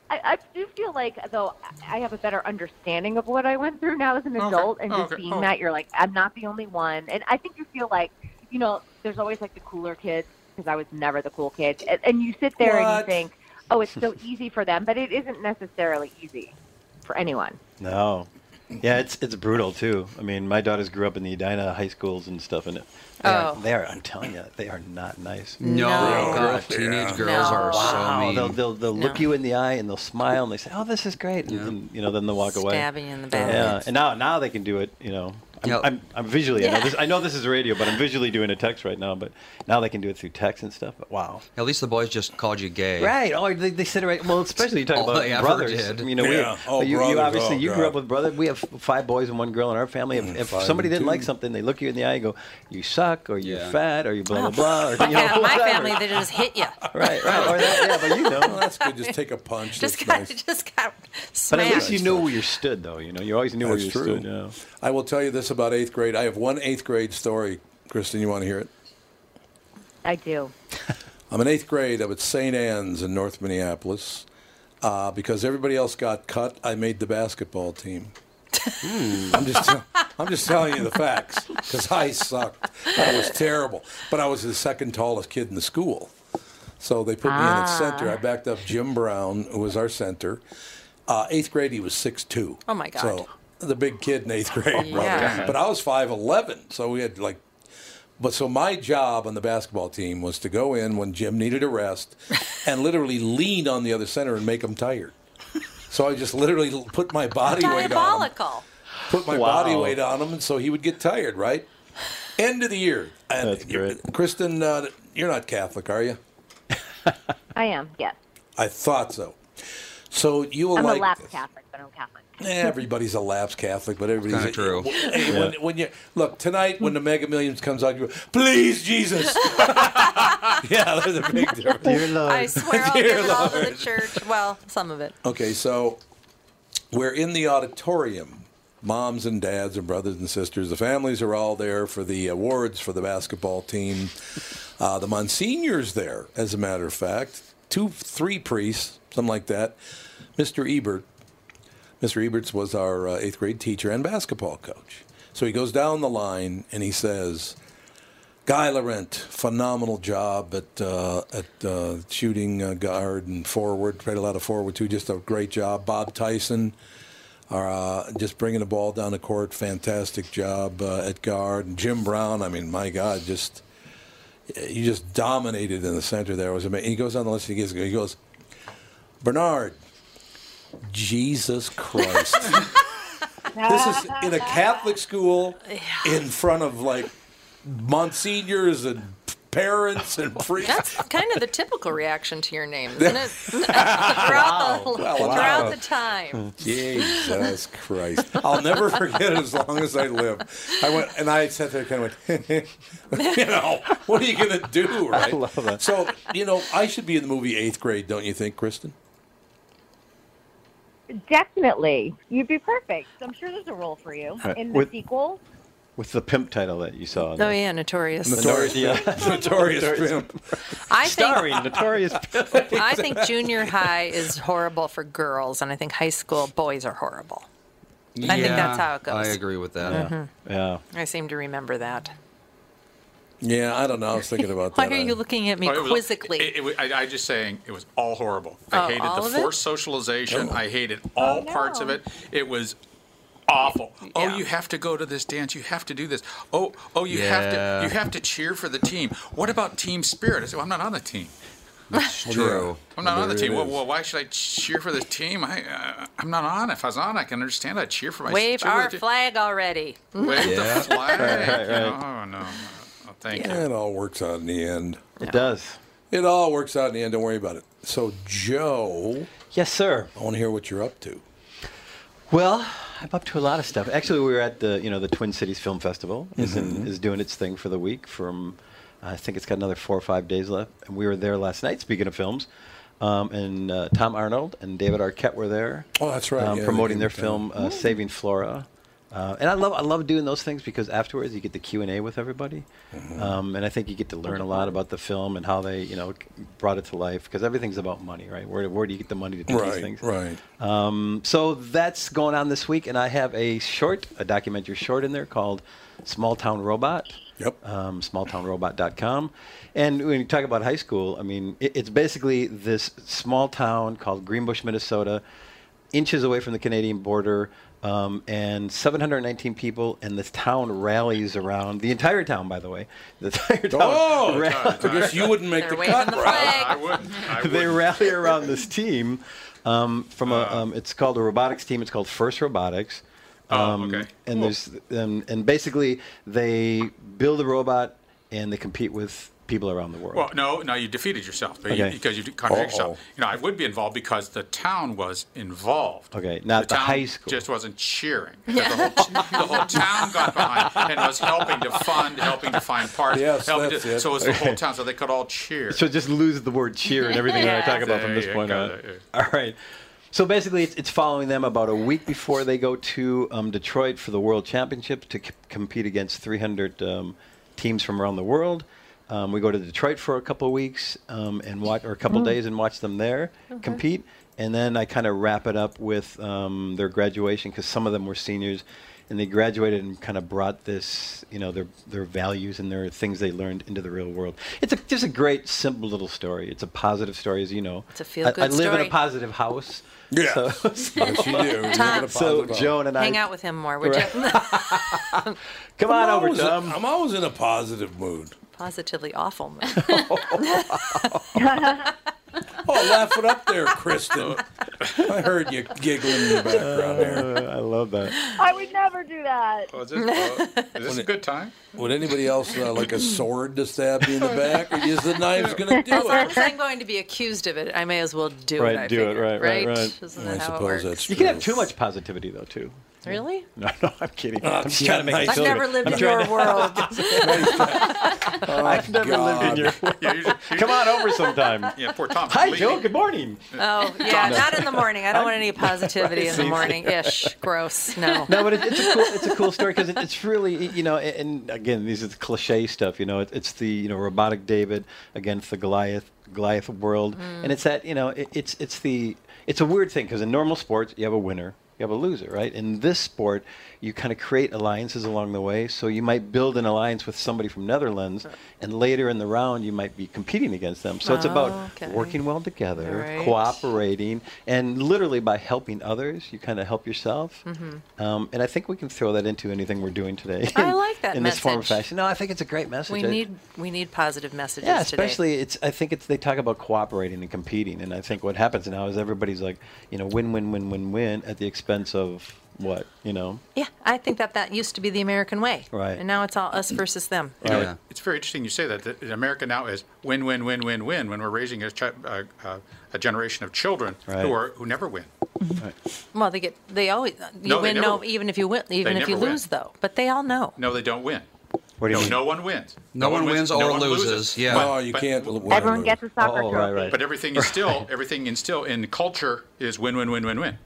[SPEAKER 7] I do feel like though I have a better understanding of what I went through now as an adult, and
[SPEAKER 3] Oh,
[SPEAKER 7] just
[SPEAKER 3] okay.
[SPEAKER 7] seeing
[SPEAKER 3] Oh.
[SPEAKER 7] that you're like, I'm not the only one, and I think you feel like, you know, there's always like the cooler kids because I was never the cool kid, and, and you sit there and
[SPEAKER 14] What?
[SPEAKER 7] you think, oh, it's so easy for them, but it isn't necessarily easy for anyone.
[SPEAKER 8] No. Yeah, it's it's brutal too. I mean, my daughters grew up in the Edina high schools and stuff, and they, are,
[SPEAKER 7] Oh.
[SPEAKER 8] they are. I'm telling you, they are not nice.
[SPEAKER 4] No, No. God, teenage girls are No. so
[SPEAKER 8] wow.
[SPEAKER 4] mean.
[SPEAKER 8] They'll they'll, they'll look you in the eye and they'll smile and they say, "Oh, this is great," and, then, you know, then they'll walk away.
[SPEAKER 3] Stabbing in the back.
[SPEAKER 8] Yeah, and now now they can do it. You know, I'm I'm, I'm visually. I, know
[SPEAKER 3] Yeah.
[SPEAKER 8] this, I know this is radio, but I'm visually doing a text right now. But now they can do it through text and stuff. But wow.
[SPEAKER 4] At least the boys just called you gay.
[SPEAKER 8] Right. Oh, they, they sit right. Well, especially you talk
[SPEAKER 4] All
[SPEAKER 8] about
[SPEAKER 4] they ever
[SPEAKER 8] brothers.
[SPEAKER 4] did.
[SPEAKER 8] You know,
[SPEAKER 4] Yeah.
[SPEAKER 8] we,
[SPEAKER 4] Oh,
[SPEAKER 8] you,
[SPEAKER 4] brothers.
[SPEAKER 8] you obviously
[SPEAKER 4] Oh,
[SPEAKER 8] you grew
[SPEAKER 4] God.
[SPEAKER 8] up with brother. We have five boys and one girl in our family. If, if
[SPEAKER 1] five
[SPEAKER 8] somebody
[SPEAKER 1] and
[SPEAKER 8] didn't like
[SPEAKER 1] two.
[SPEAKER 8] something, they look you in the eye and go, "You suck," or "You're
[SPEAKER 1] Yeah.
[SPEAKER 8] fat," or "You blah blah blah." Or, you know,
[SPEAKER 3] yeah, my
[SPEAKER 8] whatever.
[SPEAKER 3] family, they just hit you.
[SPEAKER 8] Right. Right. Or that, yeah, but you know,
[SPEAKER 1] that's good. Just take a punch.
[SPEAKER 3] Just
[SPEAKER 1] That's
[SPEAKER 3] got,
[SPEAKER 1] nice.
[SPEAKER 3] just got smashed.
[SPEAKER 8] But at least you knew where you stood, though. You know, you always knew where
[SPEAKER 1] That's
[SPEAKER 8] you
[SPEAKER 1] true.
[SPEAKER 8] stood. Yeah.
[SPEAKER 1] I will tell you this about eighth grade. I have one eighth grade story. Kristen, you want to hear it?
[SPEAKER 7] I do.
[SPEAKER 1] I'm in eighth grade. I'm at St. Anne's in North Minneapolis. Uh, because everybody else got cut, I made the basketball team. I'm just, I'm just telling you the facts because I sucked. I was terrible, but I was the second tallest kid in the school, so they put me in at center.
[SPEAKER 3] Ah.
[SPEAKER 1] I backed up Jim Brown, who was our center. Uh, eighth grade, he was six two.
[SPEAKER 3] Oh, my God. Oh,
[SPEAKER 1] So the big kid in eighth grade,
[SPEAKER 3] Yeah.
[SPEAKER 1] brother. But I was five eleven, so we had like but so my job on the basketball team was to go in when Jim needed a rest and literally lean on the other center and make him tired. So I just literally l- put my body weight on him,
[SPEAKER 3] Diabolical.
[SPEAKER 1] put my
[SPEAKER 8] Wow.
[SPEAKER 1] body weight on him, and so he would get tired. Right. End of the year. And That's great. Kristen, uh, you're not Catholic, are you?
[SPEAKER 7] I am, yes.
[SPEAKER 1] I thought so. So you will
[SPEAKER 7] I'm
[SPEAKER 1] like
[SPEAKER 7] a lapsed Catholic, but I'm Catholic.
[SPEAKER 1] Eh, Everybody's a lapsed Catholic, but everybody's
[SPEAKER 4] Kinda true.
[SPEAKER 1] Hey, When, when you look tonight, when the Mega Millions comes on, you go, please Jesus. yeah, there's a big difference.
[SPEAKER 8] Dear Lord.
[SPEAKER 3] I swear I'll
[SPEAKER 1] Dear
[SPEAKER 3] give it all to the
[SPEAKER 1] Lord.
[SPEAKER 3] church. Well, some of it.
[SPEAKER 1] Okay, so We're in the auditorium. Moms and dads and brothers and sisters, the families are all there for the awards for the basketball team. Uh, the Monsignor's there, as a matter of fact. Two, three priests, something like that. Mr. Ebert. Mr. Eberts was our uh, eighth grade teacher and basketball coach. So he goes down the line and he says, Guy Laurent, phenomenal job at uh, at uh, shooting uh, guard and forward. Played a lot of forward too. Just a great job. Bob Tyson, uh, just bringing the ball down the court. Fantastic job uh, at guard. And Jim Brown. I mean, my God, just you just dominated in the center. There It was amazing. He goes on the list. He goes, he goes Bernard. Jesus Christ. this is in a Catholic school in front of like monsignors and parents and priests.
[SPEAKER 3] That's kind of the typical reaction to your name, isn't it? throughout
[SPEAKER 8] Oh,
[SPEAKER 3] the,
[SPEAKER 1] Wow.
[SPEAKER 3] throughout the time.
[SPEAKER 1] Jesus Christ. I'll never forget it as long as I live. I went and I sat there kind of went, you know, what are you going to do, right? love that. So, you know, I should be in the movie eighth grade, don't you think, Kristen?
[SPEAKER 7] Definitely. You'd be perfect. I'm sure there's a role for you
[SPEAKER 8] Right.
[SPEAKER 7] in the
[SPEAKER 8] With-
[SPEAKER 7] sequel.
[SPEAKER 8] With the pimp title that you saw.
[SPEAKER 3] Oh, yeah, Notorious.
[SPEAKER 8] Notorious,
[SPEAKER 1] Pimp. Notorious Pimp.
[SPEAKER 3] I think
[SPEAKER 8] Starring Notorious Pimp.
[SPEAKER 3] I think junior high is horrible for girls, and I think high school boys are horrible. I think that's how it goes.
[SPEAKER 4] I agree with that.
[SPEAKER 3] Mhm.
[SPEAKER 8] Yeah.
[SPEAKER 3] I seem to remember that.
[SPEAKER 1] Yeah, I don't know. I was thinking about
[SPEAKER 3] Why
[SPEAKER 1] that.
[SPEAKER 3] are you looking at me
[SPEAKER 2] Oh, it was-
[SPEAKER 3] quizzically?
[SPEAKER 2] it- it was- I, I just saying it was all horrible. I
[SPEAKER 3] Oh,
[SPEAKER 2] hated
[SPEAKER 3] all
[SPEAKER 2] the
[SPEAKER 3] of it?
[SPEAKER 2] forced socialization.
[SPEAKER 3] Oh.
[SPEAKER 2] I hated all parts of it. It was awful. Oh, you have to go to this dance. You have to do this. Oh, oh, you have
[SPEAKER 4] Yeah.
[SPEAKER 2] to you have to cheer for the team. What about team spirit? I said, well, I'm not on the team.
[SPEAKER 4] That's true.
[SPEAKER 2] I'm not on the
[SPEAKER 4] There it
[SPEAKER 2] team. Well,
[SPEAKER 4] is.
[SPEAKER 2] well, why should I cheer for the team? I uh, I'm not on. If I was on, I can understand. I'd cheer for my
[SPEAKER 3] Wave
[SPEAKER 2] cheer for the
[SPEAKER 3] our
[SPEAKER 2] team.
[SPEAKER 3] flag already.
[SPEAKER 2] Wave the flag.
[SPEAKER 1] Right, right,
[SPEAKER 2] Oh no. Oh, thank you.
[SPEAKER 1] It all works out in the end.
[SPEAKER 8] It does.
[SPEAKER 1] It all works out in the end. Don't worry about it. So, Joe.
[SPEAKER 8] Yes, sir.
[SPEAKER 1] I want to hear what you're up to.
[SPEAKER 8] Well, I'm up to a lot of stuff. Actually, we were at the you know the Twin Cities Film Festival is in,
[SPEAKER 1] Mhm.
[SPEAKER 8] is doing its thing for the week. From I think it's got another four or five days left, and we were there last night. Speaking of films, um, and uh, Tom Arnold and David Arquette were there.
[SPEAKER 1] Oh, that's right.
[SPEAKER 8] um,
[SPEAKER 1] Yeah, they
[SPEAKER 8] promoting
[SPEAKER 1] came
[SPEAKER 8] their
[SPEAKER 1] to
[SPEAKER 8] film
[SPEAKER 1] town.
[SPEAKER 8] uh, Saving Flora. Uh, and I love I love doing those things because afterwards you get the Q and A with everybody,
[SPEAKER 1] Mm-hmm.
[SPEAKER 8] um, and I think you get to learn a lot about the film and how they you know brought it to life because everything's about money, right? Where where do you get the money to do
[SPEAKER 1] Right,
[SPEAKER 8] these things?
[SPEAKER 1] right.
[SPEAKER 8] Um, so that's going on this week, and I have a short, a documentary short in there called Small Town Robot.
[SPEAKER 1] Yep.
[SPEAKER 8] Um, smalltownrobot.com. And when you talk about high school, I mean, it, it's basically this small town called Greenbush, Minnesota, inches away from the Canadian border, um, and 719 people, and this town rallies around the entire town, by the way. The entire town.
[SPEAKER 1] Oh,
[SPEAKER 8] rallies-
[SPEAKER 1] I guess you wouldn't make
[SPEAKER 8] They're
[SPEAKER 1] the
[SPEAKER 8] waving
[SPEAKER 1] cut,
[SPEAKER 8] the
[SPEAKER 1] Rob.
[SPEAKER 8] flag.
[SPEAKER 2] I wouldn't. Uh-huh. I
[SPEAKER 8] they rally around this team um, from a. Um, it's called a robotics team. It's called First Robotics. Um,
[SPEAKER 2] Oh, okay.
[SPEAKER 8] And there's um, and basically they build a robot and they compete with people around the world.
[SPEAKER 2] Well, no, no, you defeated yourself but you-
[SPEAKER 8] Okay.
[SPEAKER 2] because you contradicted
[SPEAKER 8] Uh-oh.
[SPEAKER 2] yourself. You know, I would be involved because the town was involved.
[SPEAKER 8] okay, not the,
[SPEAKER 2] town
[SPEAKER 8] high school.
[SPEAKER 2] just wasn't cheering. The whole, the whole town got behind and was helping to fund, helping to find parts.
[SPEAKER 8] Yes,
[SPEAKER 2] helping
[SPEAKER 8] that's
[SPEAKER 2] to,
[SPEAKER 8] it.
[SPEAKER 2] So it was the whole
[SPEAKER 8] Okay.
[SPEAKER 2] town, so they could all cheer.
[SPEAKER 8] So just lose the word cheer and everything that I talk about from
[SPEAKER 2] There
[SPEAKER 8] this
[SPEAKER 2] you
[SPEAKER 8] point
[SPEAKER 2] go,
[SPEAKER 8] on.
[SPEAKER 2] there you
[SPEAKER 8] All right. So basically, it's, it's following them about a week before they go to um, Detroit for the World Championship to c- compete against 300 um, teams from around the world. Um, we go to Detroit for a couple weeks um, and watch, or a couple
[SPEAKER 11] Mm.
[SPEAKER 8] days and watch them there
[SPEAKER 11] Okay.
[SPEAKER 8] compete. And then I kind of wrap it up with um, their graduation because some of them were seniors, and they graduated and kind of brought this, you know, their their values and their things they learned into the real world. It's a, just a great, simple little story. It's a positive story, as you know.
[SPEAKER 3] It's a
[SPEAKER 8] I,
[SPEAKER 3] feel-good
[SPEAKER 8] I live in
[SPEAKER 3] story.
[SPEAKER 8] a positive house.
[SPEAKER 1] Yeah.
[SPEAKER 8] So,
[SPEAKER 1] Yes, you do. You live in a
[SPEAKER 3] Tom.
[SPEAKER 8] so
[SPEAKER 1] positive house.
[SPEAKER 8] Joan and I
[SPEAKER 3] Hang out with him more, would
[SPEAKER 8] Right.
[SPEAKER 3] you?
[SPEAKER 8] Come on
[SPEAKER 1] I'm
[SPEAKER 8] over,
[SPEAKER 1] always-
[SPEAKER 8] Tom.
[SPEAKER 1] I'm always in a positive mood.
[SPEAKER 3] Positively awful. man.
[SPEAKER 1] Oh, laugh it up there, Kristen. I heard you giggling in the background there.
[SPEAKER 8] Uh, I love that.
[SPEAKER 7] I would never do that.
[SPEAKER 2] Is this a good time?
[SPEAKER 1] Would anybody else uh, like a sword to stab you in the back, or is the knives going to
[SPEAKER 3] as
[SPEAKER 1] do
[SPEAKER 3] long
[SPEAKER 1] it?
[SPEAKER 3] as I'm going to be accused of it, I may as well do
[SPEAKER 8] right,
[SPEAKER 3] it. I
[SPEAKER 8] do
[SPEAKER 3] figure,
[SPEAKER 8] it, right, right, right.
[SPEAKER 3] Isn't that how it works?
[SPEAKER 8] You can have too much positivity, though, too.
[SPEAKER 3] Really?
[SPEAKER 8] No, no, I'm kidding.
[SPEAKER 1] Oh,
[SPEAKER 8] I'm just trying to make
[SPEAKER 1] nice.
[SPEAKER 8] it feel
[SPEAKER 1] I've never
[SPEAKER 8] good.
[SPEAKER 1] lived
[SPEAKER 8] I'm
[SPEAKER 1] in
[SPEAKER 8] trying
[SPEAKER 1] your
[SPEAKER 8] to-
[SPEAKER 1] world. Oh,
[SPEAKER 8] I've never lived in your world. Come on over sometime.
[SPEAKER 2] Yeah, poor Tom.
[SPEAKER 8] Hi, Hi, Joe. Good morning.
[SPEAKER 3] Oh, yeah, not in the morning. I don't want any positivity in the morning. Ish. Gross. No.
[SPEAKER 8] No, but it, it's a cool it's a cool story because it, it's really you know and again these are the cliche stuff you know it, it's the you know robotic David against the Goliath Goliath world
[SPEAKER 1] Mm.
[SPEAKER 8] and it's that you know it, it's it's the it's a weird thing because in normal sports you have a winner you have a loser right in this sport you kind of create alliances along the way so you might build an alliance with somebody from Netherlands and later in the round you might be competing against them so it's about
[SPEAKER 1] Oh, Okay.
[SPEAKER 8] working well together
[SPEAKER 1] Right.
[SPEAKER 8] cooperating and literally by helping others you kind of help yourself
[SPEAKER 3] Mhm.
[SPEAKER 8] um, and I think we can throw that into anything we're doing today.
[SPEAKER 3] I like that
[SPEAKER 8] in this form of
[SPEAKER 3] message.
[SPEAKER 8] fashion. No, I think it's a great message.
[SPEAKER 3] We
[SPEAKER 8] I-
[SPEAKER 3] need we need positive messages
[SPEAKER 8] yeah,
[SPEAKER 3] today.
[SPEAKER 8] especially it's. I think it's. They talk about cooperating and competing, and I think what happens now is everybody's like, you know, win, win, win, win, win, at the expense of what, you know.
[SPEAKER 3] Yeah, I think that that used to be the American way.
[SPEAKER 8] Right.
[SPEAKER 3] And now it's all us versus them.
[SPEAKER 2] You know,
[SPEAKER 8] Yeah.
[SPEAKER 2] It's very interesting you say that. that in America now is win, win, win, win, win. When we're raising a, chi- uh, uh, a generation of children
[SPEAKER 8] Right.
[SPEAKER 2] who are who never win.
[SPEAKER 3] Well, they get they always you
[SPEAKER 2] No, they
[SPEAKER 3] win
[SPEAKER 2] never
[SPEAKER 3] no
[SPEAKER 2] win.
[SPEAKER 3] even if you win even
[SPEAKER 2] They
[SPEAKER 3] if you
[SPEAKER 2] never win.
[SPEAKER 3] lose though. But they all know.
[SPEAKER 2] No, they don't win.
[SPEAKER 8] What do you
[SPEAKER 2] no,
[SPEAKER 8] mean?
[SPEAKER 2] no one wins.
[SPEAKER 4] No one wins or
[SPEAKER 2] no one
[SPEAKER 4] loses, yeah. No, you can't win or Everyone lose. gets a soccer Oh, oh, right, trophy. right.
[SPEAKER 2] But everything is still everything in still in culture is win, win, win, win, win.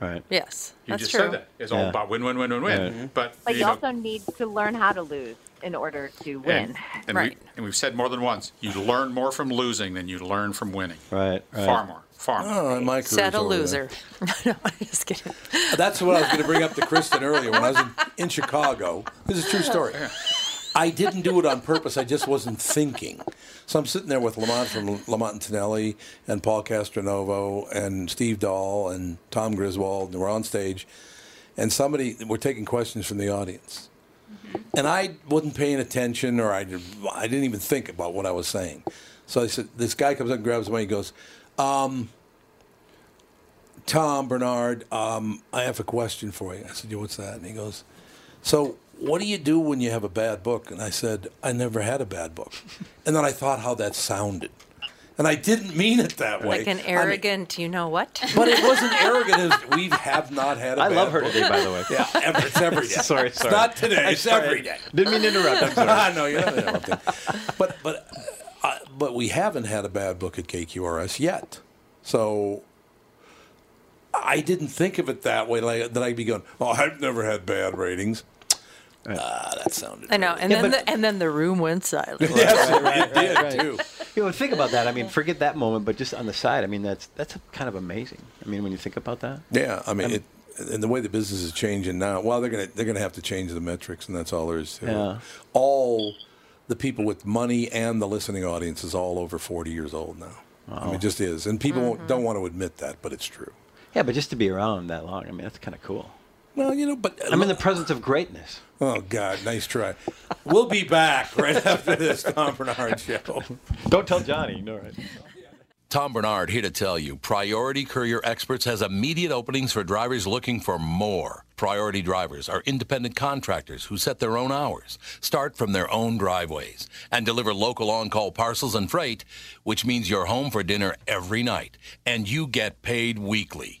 [SPEAKER 8] Right.
[SPEAKER 3] Yes,
[SPEAKER 2] You
[SPEAKER 3] that's
[SPEAKER 2] just
[SPEAKER 3] true.
[SPEAKER 2] said that. It's all
[SPEAKER 8] Yeah.
[SPEAKER 2] about win, win, win, win, win.
[SPEAKER 8] Right.
[SPEAKER 2] But,
[SPEAKER 7] But
[SPEAKER 2] you
[SPEAKER 7] you
[SPEAKER 2] know,
[SPEAKER 7] also need to learn how to lose in order to win.
[SPEAKER 2] And, and we, and we've said more than once, you learn more from losing than you learn from winning.
[SPEAKER 8] Right.
[SPEAKER 1] right.
[SPEAKER 2] Far more. Far more.
[SPEAKER 1] Oh, my career's
[SPEAKER 3] Said a
[SPEAKER 1] over
[SPEAKER 3] loser. no, I'm just kidding.
[SPEAKER 1] there. That's what I was going to bring up to Kristen earlier when I was in, in Chicago. This is a true story. I didn't do it on purpose. I just wasn't thinking. So I'm sitting there with Lamont from Lamont and Tonelli and Paul Castronovo and Steve Dahl and Tom Griswold, and we're on stage, and somebody we're taking questions from the audience, and I wasn't paying attention or I, I didn't even think about what I was saying. So I said, this guy comes up and grabs me. He goes, um, Tom Bernard, um, I have a question for you. I said, "Yeah, what's that?" And he goes, "So, what do you do when you have a bad book?" And I said, "I never had a bad book." And then I thought how that sounded, and I didn't mean it that way.
[SPEAKER 3] Like an
[SPEAKER 1] I mean-
[SPEAKER 3] arrogant, you know what?
[SPEAKER 1] but it wasn't arrogant. It was, we have not had. a
[SPEAKER 8] I
[SPEAKER 1] bad
[SPEAKER 8] love her
[SPEAKER 1] book.
[SPEAKER 8] today, by the way.
[SPEAKER 1] Yeah, ever, it's every day.
[SPEAKER 8] Sorry,
[SPEAKER 1] It's
[SPEAKER 8] sorry.
[SPEAKER 1] not today.
[SPEAKER 8] I'm
[SPEAKER 1] It's
[SPEAKER 8] sorry.
[SPEAKER 1] every day.
[SPEAKER 8] Didn't mean to interrupt. I'm sorry.
[SPEAKER 1] I know you're not interrupting. But but uh, but we haven't had a bad book at KQRS yet, so I didn't think of it that way. Like that, I'd be going, "Oh, I've never had bad ratings." Ah, that sounded.
[SPEAKER 3] I know. And
[SPEAKER 8] Yeah,
[SPEAKER 3] then
[SPEAKER 8] but-
[SPEAKER 3] the, and then the room went silent.
[SPEAKER 1] it did too.
[SPEAKER 8] You know, think about that. I mean, forget that moment, but just on the side. I mean, that's that's kind of amazing. I mean, when you think about that.
[SPEAKER 1] Yeah, I mean, it, and the way the business is changing now, well, they're gonna they're gonna have to change the metrics, and that's all there is to
[SPEAKER 8] Yeah.
[SPEAKER 1] it. All the people with money and the listening audience is all over forty years old now. I mean,
[SPEAKER 8] Wow.
[SPEAKER 1] it just is, and people won't don't want to admit that, but it's true.
[SPEAKER 8] Yeah, but just to be around that long, I mean, that's kind of cool.
[SPEAKER 1] Well, you know, but
[SPEAKER 8] I'm in the presence of greatness.
[SPEAKER 1] Oh God, nice try. We'll be back right after this Tom Bernard show.
[SPEAKER 8] Don't tell Johnny. No, right.
[SPEAKER 10] Tom Bernard here to tell you Priority Courier Experts has immediate openings for drivers looking for more. Priority drivers are independent contractors who set their own hours, start from their own driveways, and deliver local on call parcels and freight, which means you're home for dinner every night and you get paid weekly.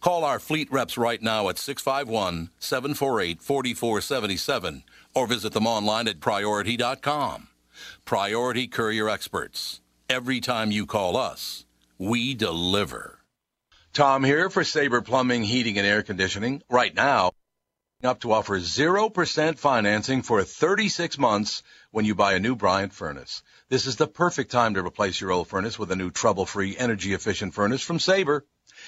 [SPEAKER 10] Call our fleet reps right now at 651 748 4477 or visit them online at priority.com. Priority Courier Experts. Every time you call us, we deliver. Tom here for Sabre Plumbing, Heating, and Air Conditioning. Right now, up to offer 0% financing for 36 months when you buy a new Bryant furnace. This is the perfect time to replace your old furnace with a new trouble-free, energy-efficient furnace from Sabre.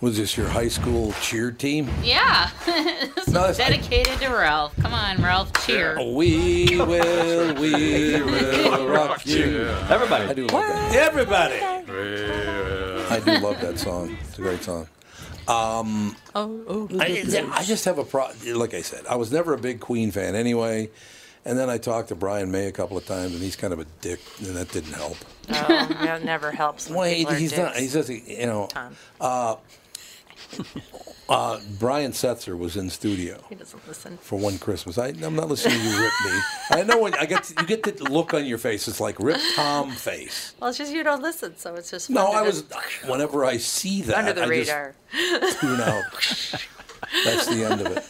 [SPEAKER 1] Was this your high school cheer team?
[SPEAKER 5] Yeah. this
[SPEAKER 1] No,
[SPEAKER 5] is
[SPEAKER 1] that's-
[SPEAKER 5] dedicated to Ralph. Come on, Ralph, cheer.
[SPEAKER 1] We will, we will rock you. Everybody. I do love that. Everybody. I do love that song. It's a great song. Um,
[SPEAKER 5] Oh, oh,
[SPEAKER 1] I, I just have a pro. Like I said, I was never a big Queen fan anyway. And then I talked to Brian May a couple of times, and he's kind of a dick, and that didn't help.
[SPEAKER 3] Oh, that never helps. When
[SPEAKER 1] Wait,
[SPEAKER 3] people are
[SPEAKER 1] he's not.
[SPEAKER 3] dicks.
[SPEAKER 1] He's just, you know.
[SPEAKER 3] Tom.
[SPEAKER 1] Uh, uh, Brian Setzer was in studio
[SPEAKER 3] He doesn't listen.
[SPEAKER 1] for one Christmas. I, I'm not listening to you rip me. I know when I get to, you get the look on your face. It's like rip Tom face.
[SPEAKER 3] Well, it's just you don't listen, so it's just.
[SPEAKER 1] No,
[SPEAKER 3] fun to
[SPEAKER 1] I was.
[SPEAKER 3] just-
[SPEAKER 1] Whenever I see that,
[SPEAKER 3] under the
[SPEAKER 1] I just
[SPEAKER 3] radar.
[SPEAKER 1] tune out. That's the end of it.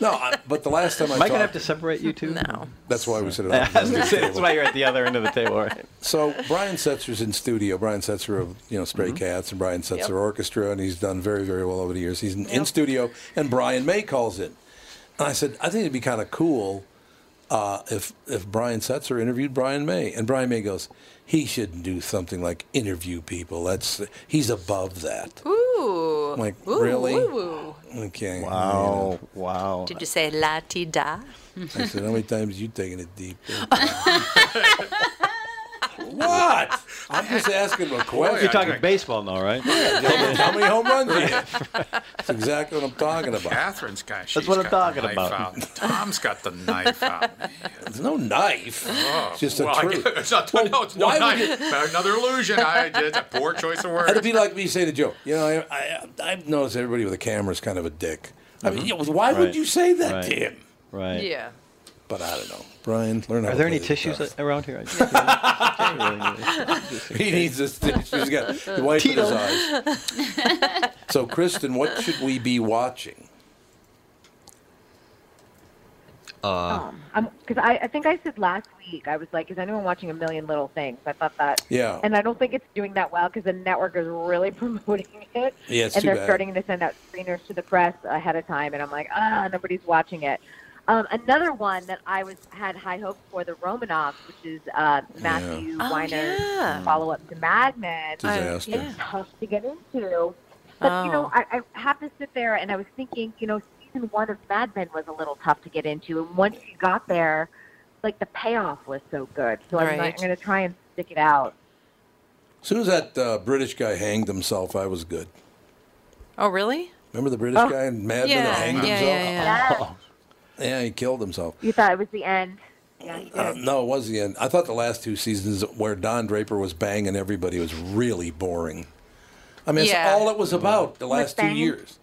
[SPEAKER 1] No, I, but the last time I
[SPEAKER 8] Am I gonna
[SPEAKER 1] talked,
[SPEAKER 8] have to separate you two? No.
[SPEAKER 1] that's why we said it.
[SPEAKER 8] I was gonna say, that's why you're at the other end of the table, right?
[SPEAKER 1] So Brian Setzer's in studio. Brian Setzer of you know Stray Cats and Brian Setzer
[SPEAKER 8] Mm-hmm. Yep.
[SPEAKER 1] Orchestra, and he's done very very well over the years. He's in, in studio, and Brian May calls in, and I said I think it'd be kind of cool uh, if if Brian Setzer interviewed Brian May, and Brian May goes, he shouldn't do something like interview people. That's he's above that.
[SPEAKER 3] Ooh.
[SPEAKER 1] Like,
[SPEAKER 3] Ooh,
[SPEAKER 1] really?
[SPEAKER 3] ooh.
[SPEAKER 1] Okay.
[SPEAKER 8] Wow, wow.
[SPEAKER 3] Did you say la ti da?
[SPEAKER 1] I said, how many times you taking it deep? what? I'm just asking a question.
[SPEAKER 8] You're talking baseball now, right?
[SPEAKER 1] How many home runs you hit? That's exactly what I'm talking about.
[SPEAKER 2] Catherine's got. she's
[SPEAKER 8] what I'm
[SPEAKER 2] got the
[SPEAKER 8] talking
[SPEAKER 2] knife
[SPEAKER 8] about.
[SPEAKER 2] out. Tom's got the knife out.
[SPEAKER 1] There's no knife.
[SPEAKER 2] Oh,
[SPEAKER 1] It's just a
[SPEAKER 2] well, I
[SPEAKER 1] truth.
[SPEAKER 2] guess it's not, no, it's no
[SPEAKER 1] why would
[SPEAKER 2] knife.
[SPEAKER 1] you-
[SPEAKER 2] Another illusion. I did a poor choice of words.
[SPEAKER 1] It'd be like me saying to Joe, you know, I, I, I've noticed everybody with a camera is kind of a dick. I mean, you know, why would
[SPEAKER 8] Mm-hmm. Right.
[SPEAKER 1] you say that to
[SPEAKER 8] Right.
[SPEAKER 1] him?
[SPEAKER 8] Right.
[SPEAKER 3] Yeah.
[SPEAKER 1] But I don't know. Brian, learn how
[SPEAKER 8] Are
[SPEAKER 1] to
[SPEAKER 8] there
[SPEAKER 1] play
[SPEAKER 8] any
[SPEAKER 1] the
[SPEAKER 8] tissues
[SPEAKER 1] guitar.
[SPEAKER 8] a- around here?
[SPEAKER 1] He needs a stitch. He's got the wipe in his eyes. So, Kristen, what should we be watching?
[SPEAKER 7] Uh,
[SPEAKER 3] Um,
[SPEAKER 7] Because I, I think I said last week, I was like, is anyone watching A Million Little Things? I thought that.
[SPEAKER 1] Yeah.
[SPEAKER 7] And I don't think it's doing that well because the network is really promoting it.
[SPEAKER 1] Yeah, it's
[SPEAKER 7] and
[SPEAKER 1] too
[SPEAKER 7] they're
[SPEAKER 1] bad.
[SPEAKER 7] starting to send out screeners to the press ahead of time. And I'm like, ah, nobody's watching it. Um, another one that I was had high hopes for, The Romanovs, which is uh, Matthew
[SPEAKER 3] Oh,
[SPEAKER 7] Weiner's
[SPEAKER 3] yeah.
[SPEAKER 7] follow up to Mad Men.
[SPEAKER 1] Disaster.
[SPEAKER 7] It's tough to get into. But, you
[SPEAKER 3] Oh.
[SPEAKER 7] know, I, I have to sit there and I was thinking, you know, season one of Mad Men was a little tough to get into. And once you got there, like the payoff was so good. So I'm,
[SPEAKER 3] Right.
[SPEAKER 7] like, I'm going to try and stick it out.
[SPEAKER 1] As soon as that uh, British guy hanged himself, I was good.
[SPEAKER 3] Oh, really?
[SPEAKER 1] Remember the British guy in Mad
[SPEAKER 3] Oh,
[SPEAKER 1] Men
[SPEAKER 3] Yeah,
[SPEAKER 1] that hanged
[SPEAKER 3] yeah,
[SPEAKER 1] himself?
[SPEAKER 3] yeah,
[SPEAKER 7] yeah.
[SPEAKER 1] Yeah, he killed himself.
[SPEAKER 7] You thought it was the end. Yeah, you
[SPEAKER 1] Uh,
[SPEAKER 7] did.
[SPEAKER 1] no, it was the end. I thought the last two seasons where Don Draper was banging everybody was really boring. I mean,
[SPEAKER 7] Yeah.
[SPEAKER 1] it's all it was about the
[SPEAKER 7] Was
[SPEAKER 1] last two
[SPEAKER 7] banging?
[SPEAKER 1] years.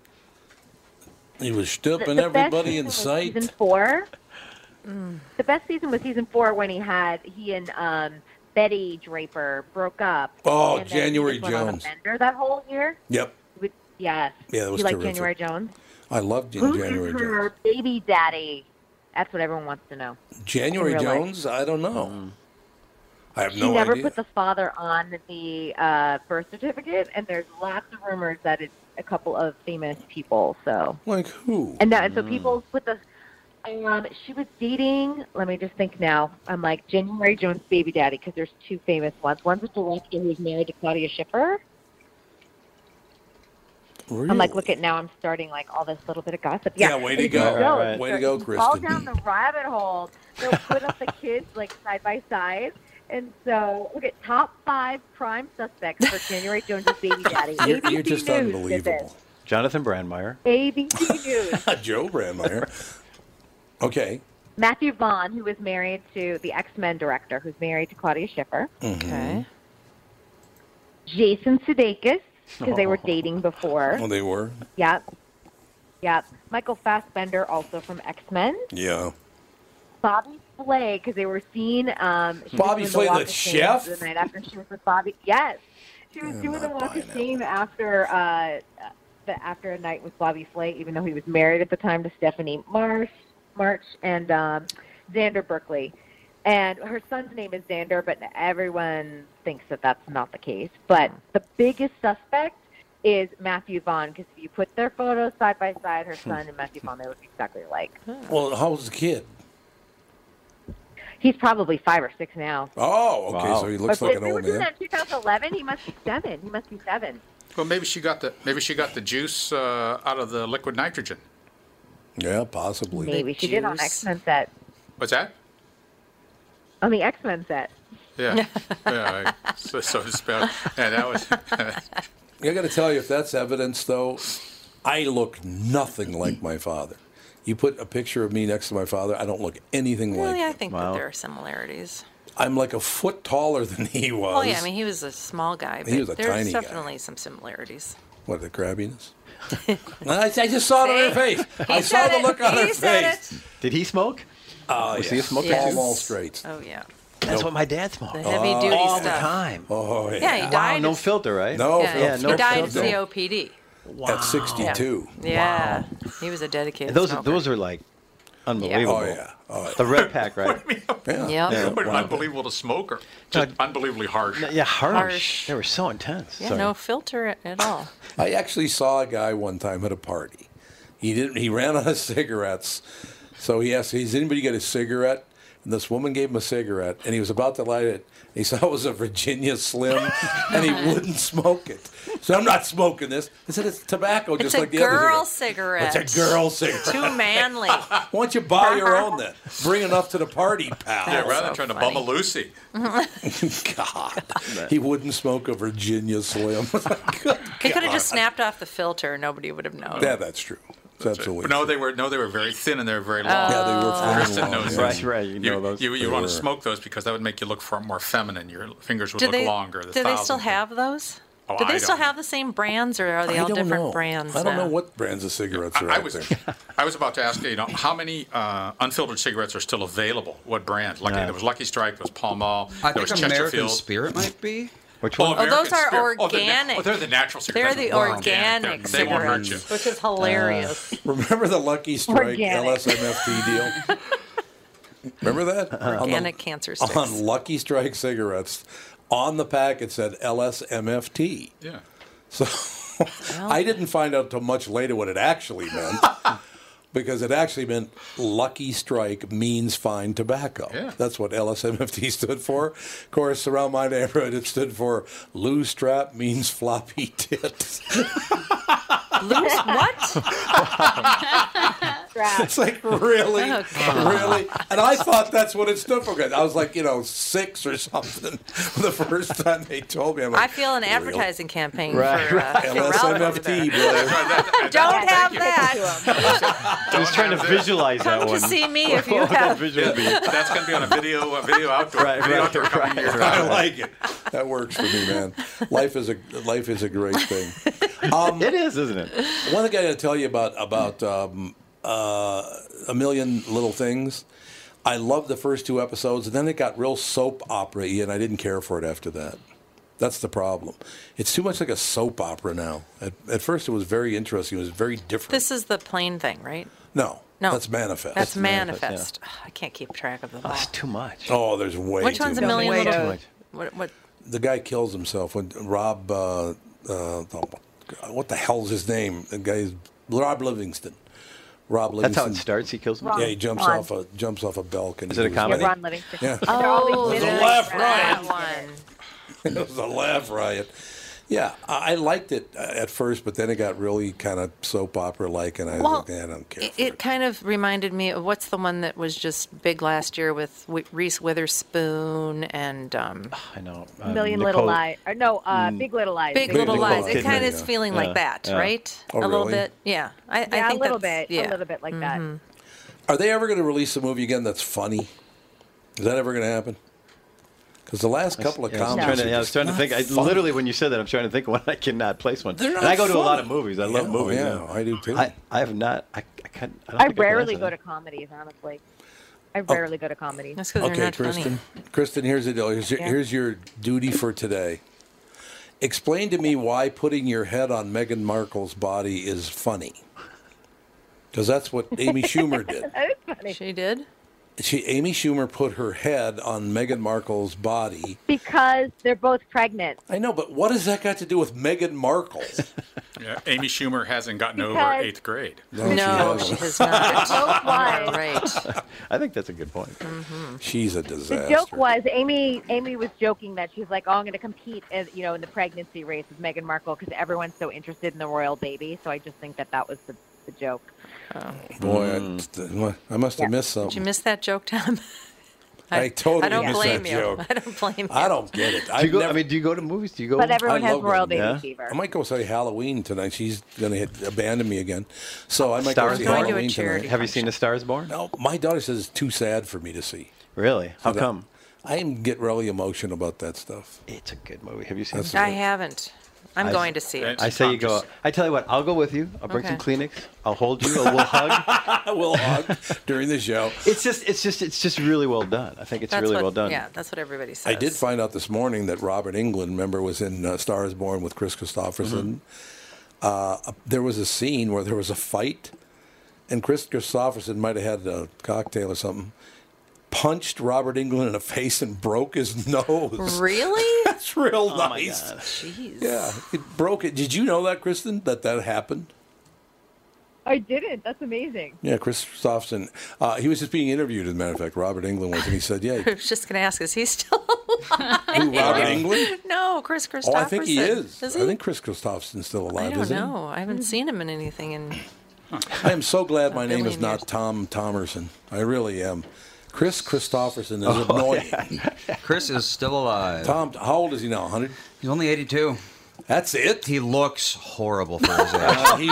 [SPEAKER 1] He was
[SPEAKER 7] The-
[SPEAKER 1] stooping
[SPEAKER 7] the best
[SPEAKER 1] everybody
[SPEAKER 7] season
[SPEAKER 1] in
[SPEAKER 7] was
[SPEAKER 1] sight.
[SPEAKER 7] Season four.
[SPEAKER 3] Mm.
[SPEAKER 7] The best season was season four when he had he and um, Betty Draper broke up.
[SPEAKER 1] Oh,
[SPEAKER 7] and then he
[SPEAKER 1] January
[SPEAKER 7] just went on a
[SPEAKER 1] Jones.
[SPEAKER 7] bender that whole year.
[SPEAKER 1] Yep.
[SPEAKER 7] With, yes.
[SPEAKER 1] Yeah, that was
[SPEAKER 7] you like
[SPEAKER 1] terrific.
[SPEAKER 7] January Jones?
[SPEAKER 1] I loved Jan-
[SPEAKER 7] Who is
[SPEAKER 1] January Jones.
[SPEAKER 7] her baby daddy? That's what everyone wants to know.
[SPEAKER 1] January
[SPEAKER 7] in real life?
[SPEAKER 1] Jones? I don't know. I have
[SPEAKER 7] She
[SPEAKER 1] no
[SPEAKER 7] never
[SPEAKER 1] idea.
[SPEAKER 7] put the father on the uh, birth certificate, and there's lots of rumors that it's a couple of famous people. So
[SPEAKER 1] like who?
[SPEAKER 7] And that, and so people with the um, she was dating. Let me just think now. I'm like January Jones' baby daddy because there's two famous ones. One's a director who's married to Claudia Schiffer. I'm like, look at now. I'm starting like all this little bit of gossip.
[SPEAKER 1] Yeah, way to
[SPEAKER 7] it's
[SPEAKER 1] go.
[SPEAKER 7] so
[SPEAKER 1] All right. Way to go,
[SPEAKER 7] You Fall
[SPEAKER 1] Kristen.
[SPEAKER 7] down the rabbit hole. They'll put up the kids like side by side. And so, look at top five prime suspects for January Jones' baby daddy.
[SPEAKER 8] You're-
[SPEAKER 7] ABC
[SPEAKER 8] you're just
[SPEAKER 7] News did
[SPEAKER 8] unbelievable. Jonathan Brandmeier.
[SPEAKER 7] this. ABC News.
[SPEAKER 1] Joe Brandmeier. Okay.
[SPEAKER 7] Matthew Vaughn, who was married to the X Men director, who's married to Claudia Schiffer.
[SPEAKER 1] Okay.
[SPEAKER 7] Jason Sudeikis, because they were dating before.
[SPEAKER 1] Oh, they were.
[SPEAKER 7] Yep. Yep. Michael Fassbender, also from X Men.
[SPEAKER 1] Yeah.
[SPEAKER 7] Bobby Flay, because they were seen. Um, she was
[SPEAKER 1] Bobby
[SPEAKER 7] doing
[SPEAKER 1] Flay, the
[SPEAKER 7] Walk of Shame
[SPEAKER 1] chef?
[SPEAKER 7] The night after she was with Bobby. Yes. She was doing the Walk of Shame after, uh, the, after a night with Bobby Flay, even though he was married at the time to Stephanie Marsh, March and um, Xander Berkeley. And her son's name is Xander, but everyone thinks that that's not the case. But the biggest suspect is Matthew Vaughn, because if you put their photos side by side, her son and Matthew Vaughn, they look exactly alike.
[SPEAKER 1] Well, how was the kid?
[SPEAKER 7] He's probably five or six now.
[SPEAKER 1] Oh, okay. So he looks
[SPEAKER 7] But
[SPEAKER 1] like
[SPEAKER 7] if
[SPEAKER 1] an
[SPEAKER 7] they were
[SPEAKER 1] old
[SPEAKER 7] doing
[SPEAKER 1] man.
[SPEAKER 7] that in 2011, he must be seven. He must be seven.
[SPEAKER 2] Well, maybe she got the maybe she got the juice uh, out of the liquid nitrogen.
[SPEAKER 1] Yeah, possibly.
[SPEAKER 7] Maybe she did on X Men set.
[SPEAKER 2] What's that?
[SPEAKER 7] On the X Men set.
[SPEAKER 2] Yeah, yeah. I- So, so to speak. Yeah, that was.
[SPEAKER 1] I got to tell you, if that's evidence, though, I look nothing like my father. You put a picture of me next to my father, I don't look anything like.
[SPEAKER 3] Really, I
[SPEAKER 1] him.
[SPEAKER 3] think that there are similarities.
[SPEAKER 1] I'm like a foot taller than he was.
[SPEAKER 3] Well, yeah, I mean, he was a small guy, but
[SPEAKER 1] He was a
[SPEAKER 3] there's
[SPEAKER 1] tiny guy.
[SPEAKER 3] definitely some similarities.
[SPEAKER 1] What the crabbiness? I, I just saw it on her face. I saw
[SPEAKER 3] said
[SPEAKER 1] the
[SPEAKER 3] it.
[SPEAKER 1] look on
[SPEAKER 3] He
[SPEAKER 1] her
[SPEAKER 3] said
[SPEAKER 1] face.
[SPEAKER 8] Did he smoke?
[SPEAKER 1] Uh,
[SPEAKER 8] Was he a smoker
[SPEAKER 3] Yes.
[SPEAKER 8] too?
[SPEAKER 1] Wall Street.
[SPEAKER 3] Oh yeah.
[SPEAKER 8] That's what my dad smoked.
[SPEAKER 3] The heavy-duty
[SPEAKER 8] all the
[SPEAKER 3] stuff.
[SPEAKER 8] time.
[SPEAKER 1] Oh yeah.
[SPEAKER 3] Yeah, he
[SPEAKER 8] Wow,
[SPEAKER 3] died
[SPEAKER 8] no
[SPEAKER 3] of-
[SPEAKER 8] filter, right?
[SPEAKER 3] yeah,
[SPEAKER 8] yeah,
[SPEAKER 3] he
[SPEAKER 8] no
[SPEAKER 3] died of
[SPEAKER 8] filter.
[SPEAKER 3] COPD.
[SPEAKER 8] Wow. At 62.
[SPEAKER 3] Yeah, yeah. he was a dedicated.
[SPEAKER 8] And those
[SPEAKER 3] smoker.
[SPEAKER 8] those are like unbelievable.
[SPEAKER 1] Oh, yeah. Oh, yeah.
[SPEAKER 8] The red pack, right?
[SPEAKER 3] Yeah.
[SPEAKER 8] Yeah,
[SPEAKER 2] What an
[SPEAKER 8] wow.
[SPEAKER 2] unbelievable smoker. Just unbelievably harsh.
[SPEAKER 8] No, yeah, harsh.
[SPEAKER 3] Harsh.
[SPEAKER 8] They were so intense.
[SPEAKER 3] Yeah, no filter at- at all.
[SPEAKER 1] I actually saw a guy one time at a party. He didn't. He ran out of cigarettes, so he asked, "Has anybody got a cigarette?" And this woman gave him a cigarette, and he was about to light it. He saw it was a Virginia Slim, and he wouldn't smoke it. So I'm not smoking this. I said it's tobacco,
[SPEAKER 3] It's
[SPEAKER 1] just
[SPEAKER 3] a
[SPEAKER 1] like the
[SPEAKER 3] girl
[SPEAKER 1] other.
[SPEAKER 3] cigarette.
[SPEAKER 1] It's a girl cigarette.
[SPEAKER 3] Too manly.
[SPEAKER 1] Why don't you buy your own then? Bring enough to the party, pal.
[SPEAKER 2] Yeah, rather than trying to bum a Lucy.
[SPEAKER 1] God, he wouldn't smoke a Virginia Slim.
[SPEAKER 3] He could have just
[SPEAKER 1] God.
[SPEAKER 3] snapped off the filter. and Nobody would have known.
[SPEAKER 1] yeah, that's true. It's absolutely.
[SPEAKER 2] But no, they were no, they were very thin and they were very long.
[SPEAKER 3] Yeah, they were thin and
[SPEAKER 2] Kristen
[SPEAKER 1] long,
[SPEAKER 2] knows
[SPEAKER 1] yeah.
[SPEAKER 2] those.
[SPEAKER 1] Right, right, you know those.
[SPEAKER 2] You,
[SPEAKER 1] They
[SPEAKER 2] want
[SPEAKER 1] were-
[SPEAKER 2] to smoke those because that would make you look far more feminine. Your fingers would
[SPEAKER 3] do
[SPEAKER 2] look
[SPEAKER 3] they,
[SPEAKER 2] longer. The
[SPEAKER 3] do they still
[SPEAKER 2] thousand-
[SPEAKER 3] have those?
[SPEAKER 2] Oh,
[SPEAKER 3] do they
[SPEAKER 2] I
[SPEAKER 3] still
[SPEAKER 2] don't-
[SPEAKER 3] have the same brands, or are they
[SPEAKER 1] I
[SPEAKER 3] all
[SPEAKER 1] don't
[SPEAKER 3] different
[SPEAKER 1] know.
[SPEAKER 3] brands?
[SPEAKER 1] I don't
[SPEAKER 3] now?
[SPEAKER 1] know what brands of cigarettes are
[SPEAKER 2] I
[SPEAKER 1] out
[SPEAKER 2] was,
[SPEAKER 1] there.
[SPEAKER 2] I was about to ask you, you know, how many uh, unfiltered cigarettes are still available? What brand? Lucky,
[SPEAKER 8] Yeah.
[SPEAKER 2] there was Lucky Strike, there was Pall Mall,
[SPEAKER 4] I
[SPEAKER 2] there was
[SPEAKER 4] think American
[SPEAKER 2] Chesterfield.
[SPEAKER 4] Spirit might be.
[SPEAKER 8] Which
[SPEAKER 2] Oh,
[SPEAKER 8] one?
[SPEAKER 2] American
[SPEAKER 3] those are
[SPEAKER 2] Spirit. Oh, they're na-
[SPEAKER 3] organic.
[SPEAKER 2] Oh, they're the natural
[SPEAKER 3] They're
[SPEAKER 2] cigarettes.
[SPEAKER 3] the
[SPEAKER 2] Wow.
[SPEAKER 3] organic
[SPEAKER 2] They're- They won't hurt you.
[SPEAKER 3] cigarettes, which is
[SPEAKER 1] Uh,
[SPEAKER 3] hilarious.
[SPEAKER 1] Remember the Lucky Strike
[SPEAKER 3] Organic.
[SPEAKER 1] LSMFT deal? Remember that? On the-
[SPEAKER 3] organic cancer sticks.
[SPEAKER 1] On Lucky Strike cigarettes, on the pack it said LSMFT.
[SPEAKER 2] Yeah.
[SPEAKER 1] So I didn't find out till much later what it actually meant. Because it actually meant lucky strike means fine tobacco.
[SPEAKER 2] Yeah.
[SPEAKER 1] That's what LSMFT stood for. Of course, around my neighborhood, it stood for loose strap means floppy tits.
[SPEAKER 3] Loose what?
[SPEAKER 1] It's like really,
[SPEAKER 3] Oh,
[SPEAKER 8] Uh,
[SPEAKER 1] really, and I thought that's what it stood for. 'cause I was like, you know, six or something. The first time they told me, I'm like,
[SPEAKER 3] I feel an
[SPEAKER 1] "Really?"
[SPEAKER 3] advertising campaign
[SPEAKER 8] Right,
[SPEAKER 3] for uh, Fiorello over
[SPEAKER 1] LSMFT,
[SPEAKER 3] there.
[SPEAKER 1] brother.
[SPEAKER 3] Don't have that.
[SPEAKER 8] I was trying to visualize that
[SPEAKER 3] Come
[SPEAKER 8] one.
[SPEAKER 3] to see me if you
[SPEAKER 8] What would that
[SPEAKER 3] have.
[SPEAKER 8] visual be?
[SPEAKER 2] That's going to be on a video, a video outdoor,
[SPEAKER 8] Right,
[SPEAKER 2] video
[SPEAKER 8] right,
[SPEAKER 2] outdoor coming years.
[SPEAKER 1] I like it. That works for me, man. Life is a life is a great thing. Um,
[SPEAKER 8] It is, isn't it?
[SPEAKER 1] one thing I got to tell you about about um, uh, a million little things. I loved the first two episodes, and then it got real soap opera y, and I didn't care for it after that. That's the problem. It's too much like a soap opera now. At, at first, it was very interesting. It was very different.
[SPEAKER 3] This is the plain thing, right?
[SPEAKER 1] no,
[SPEAKER 3] No.
[SPEAKER 1] that's manifest.
[SPEAKER 3] That's
[SPEAKER 8] Manifest, yeah.
[SPEAKER 3] manifest. Ugh, I can't keep track of them all.
[SPEAKER 8] That's too much.
[SPEAKER 1] oh, there's way.
[SPEAKER 3] Which
[SPEAKER 1] too
[SPEAKER 3] one's a
[SPEAKER 1] much.
[SPEAKER 3] million
[SPEAKER 8] Way too
[SPEAKER 3] little?
[SPEAKER 8] much.
[SPEAKER 3] What, what?
[SPEAKER 1] the guy kills himself when Rob, uh, uh, the- what the hell's his name? The guy's Rob Livingston. Rob
[SPEAKER 8] That's how
[SPEAKER 1] Livingston.
[SPEAKER 8] it starts. He kills me.
[SPEAKER 1] Yeah, he jumps
[SPEAKER 7] Ron.
[SPEAKER 1] off a jumps off a balcony.
[SPEAKER 8] Is it a
[SPEAKER 1] He was
[SPEAKER 8] comedy?
[SPEAKER 1] like-
[SPEAKER 7] Ron Livingston.
[SPEAKER 1] Yeah.
[SPEAKER 7] They're all these
[SPEAKER 1] There's a
[SPEAKER 7] widows
[SPEAKER 1] laugh,
[SPEAKER 3] that
[SPEAKER 7] around.
[SPEAKER 3] one.
[SPEAKER 1] it was a laugh riot. Yeah, I I liked it uh, at first, but then it got really kind of soap opera like, and I was
[SPEAKER 3] Well,
[SPEAKER 1] like, "Eh, I don't care.
[SPEAKER 3] It,
[SPEAKER 1] for
[SPEAKER 3] it kind of reminded me of what's the one that was just big last year with Wi- Reese Witherspoon and um,
[SPEAKER 8] I know.
[SPEAKER 7] A
[SPEAKER 8] um,
[SPEAKER 7] million little
[SPEAKER 8] Nicole- Mm.
[SPEAKER 7] lies. Or no, uh, big little lies.
[SPEAKER 3] Big Little
[SPEAKER 1] Big
[SPEAKER 3] Lies.
[SPEAKER 1] Little
[SPEAKER 3] It
[SPEAKER 1] Lies.
[SPEAKER 3] kind of is
[SPEAKER 1] Yeah.
[SPEAKER 3] feeling like
[SPEAKER 8] Yeah.
[SPEAKER 3] that,
[SPEAKER 8] Yeah.
[SPEAKER 3] right?
[SPEAKER 1] Oh,
[SPEAKER 3] A little
[SPEAKER 1] really?
[SPEAKER 3] bit. Yeah. I,
[SPEAKER 7] Yeah,
[SPEAKER 3] I
[SPEAKER 7] a
[SPEAKER 3] think
[SPEAKER 7] little
[SPEAKER 3] that's-
[SPEAKER 7] bit.
[SPEAKER 3] Yeah. Mm-hmm.
[SPEAKER 7] A little bit like that.
[SPEAKER 1] Are they ever going to release a movie again that's funny? Is that ever going to happen? Because the last couple of
[SPEAKER 8] Yeah, I was
[SPEAKER 1] comedies,
[SPEAKER 8] trying
[SPEAKER 1] are
[SPEAKER 8] to, yeah, I was
[SPEAKER 1] just
[SPEAKER 8] trying to
[SPEAKER 1] not
[SPEAKER 8] think. I,
[SPEAKER 1] funny.
[SPEAKER 8] literally, when you said that, I'm trying to think of one. I cannot place one.
[SPEAKER 1] They're not
[SPEAKER 8] and I go to a lot of
[SPEAKER 1] funny.
[SPEAKER 8] movies. I
[SPEAKER 1] Yeah,
[SPEAKER 8] love
[SPEAKER 1] oh,
[SPEAKER 8] movies.
[SPEAKER 1] yeah, I do too.
[SPEAKER 8] I, I have not. I, I, couldn't, I, don't
[SPEAKER 7] I
[SPEAKER 8] think I can
[SPEAKER 7] rarely
[SPEAKER 8] answer
[SPEAKER 7] go
[SPEAKER 8] that.
[SPEAKER 7] to comedies, honestly. I rarely go to comedies.
[SPEAKER 3] That's because
[SPEAKER 1] Oh. Okay,
[SPEAKER 3] they're not
[SPEAKER 1] Kristen.
[SPEAKER 3] funny.
[SPEAKER 1] Kristen, here's the deal. Here's your,
[SPEAKER 7] Yeah.
[SPEAKER 1] here's your duty for today. Explain to me why putting your head on Meghan Markle's body is funny. Because that's what Amy Schumer did.
[SPEAKER 7] That is funny.
[SPEAKER 3] She did.
[SPEAKER 1] she Amy Schumer put her head on Meghan Markle's body.
[SPEAKER 7] Because they're both pregnant.
[SPEAKER 1] I know, but what has that got to do with Meghan Markle?
[SPEAKER 2] Yeah, Amy Schumer hasn't gotten over
[SPEAKER 7] Because-
[SPEAKER 2] eighth grade.
[SPEAKER 1] No, No, she she has hasn't. not.
[SPEAKER 7] Joke-wise-
[SPEAKER 8] I think that's a good point.
[SPEAKER 3] Mm-hmm.
[SPEAKER 1] She's a
[SPEAKER 7] The
[SPEAKER 1] disaster.
[SPEAKER 7] joke was Amy. Amy was joking that she's like, "Oh, I'm going to compete, as, you know, in the pregnancy race with Meghan Markle because everyone's so interested in the royal baby." So I just think that that was the, the joke.
[SPEAKER 1] Boy, I-
[SPEAKER 8] Mm.
[SPEAKER 1] I, must have missed
[SPEAKER 3] Oh. Did you
[SPEAKER 1] something.
[SPEAKER 3] miss that joke, Tom?
[SPEAKER 1] I totally
[SPEAKER 3] I don't
[SPEAKER 1] missed
[SPEAKER 3] blame
[SPEAKER 1] that
[SPEAKER 3] you.
[SPEAKER 1] joke.
[SPEAKER 3] I don't blame you.
[SPEAKER 1] I don't get it.
[SPEAKER 8] Do you go, I mean, do you go to movies? Do you go?
[SPEAKER 7] But everyone
[SPEAKER 1] I
[SPEAKER 7] has
[SPEAKER 1] love
[SPEAKER 7] royal
[SPEAKER 1] going-
[SPEAKER 7] baby fever.
[SPEAKER 1] I might go say Halloween tonight. She's going to hit abandon me again. So I might
[SPEAKER 8] Star
[SPEAKER 1] go
[SPEAKER 8] is
[SPEAKER 1] see
[SPEAKER 8] Born?
[SPEAKER 1] Halloween tonight.
[SPEAKER 8] Have you seen A Star is Born?
[SPEAKER 1] No, my daughter says it's too sad for me to see.
[SPEAKER 8] Really? How
[SPEAKER 1] that-
[SPEAKER 8] come?
[SPEAKER 1] I am- get really emotional about that stuff.
[SPEAKER 8] It's a good movie. Have you seen it?
[SPEAKER 3] I haven't. I'm
[SPEAKER 8] I-
[SPEAKER 3] going to see it.
[SPEAKER 8] I say you go. I tell you what, I'll go with you. I'll bring some
[SPEAKER 3] Okay.
[SPEAKER 8] Kleenex. I'll hold you. We'll hug.
[SPEAKER 1] we'll hug during the show.
[SPEAKER 8] It's just, it's just, it's just really well done. I think it's
[SPEAKER 3] That's
[SPEAKER 8] really
[SPEAKER 3] what-
[SPEAKER 8] well done.
[SPEAKER 3] Yeah, that's what everybody says.
[SPEAKER 1] I did find out this morning that Robert England, remember, was in uh, Star is Born with Chris Christopherson.
[SPEAKER 3] Mm-hmm.
[SPEAKER 1] Uh, there was a scene where there was a fight, and Chris Christopherson might have had a cocktail or something, punched Robert England in the face and broke his nose.
[SPEAKER 3] Really?
[SPEAKER 1] That's real
[SPEAKER 3] Oh my
[SPEAKER 1] nice.
[SPEAKER 3] God. Jeez.
[SPEAKER 1] Yeah, it broke it. Did you know that, Kristen, that that happened?
[SPEAKER 7] I didn't. That's amazing.
[SPEAKER 1] Yeah, Chris Christopherson. Uh, he was just being interviewed, as a matter of fact. Robert England was, and he said, "Yeah,
[SPEAKER 3] I was just going to ask, is he still alive?
[SPEAKER 1] Who, Robert England?
[SPEAKER 3] No, Chris
[SPEAKER 1] Oh,
[SPEAKER 3] Christopherson.
[SPEAKER 1] I think he is.
[SPEAKER 3] he?
[SPEAKER 1] I think Chris Christopherson's still
[SPEAKER 3] I
[SPEAKER 1] alive,
[SPEAKER 3] don't
[SPEAKER 1] isn't he?
[SPEAKER 3] know. I haven't seen him in anything. And
[SPEAKER 1] I am so glad my
[SPEAKER 3] A
[SPEAKER 1] name is
[SPEAKER 3] billion
[SPEAKER 1] not Tom Thomerson. I really am. Chris Christopherson is annoying.
[SPEAKER 4] Chris is still alive.
[SPEAKER 1] Tom, how old is he now? 100?
[SPEAKER 4] He's only 82.
[SPEAKER 1] That's it?
[SPEAKER 4] He looks horrible for his age.
[SPEAKER 1] Uh, he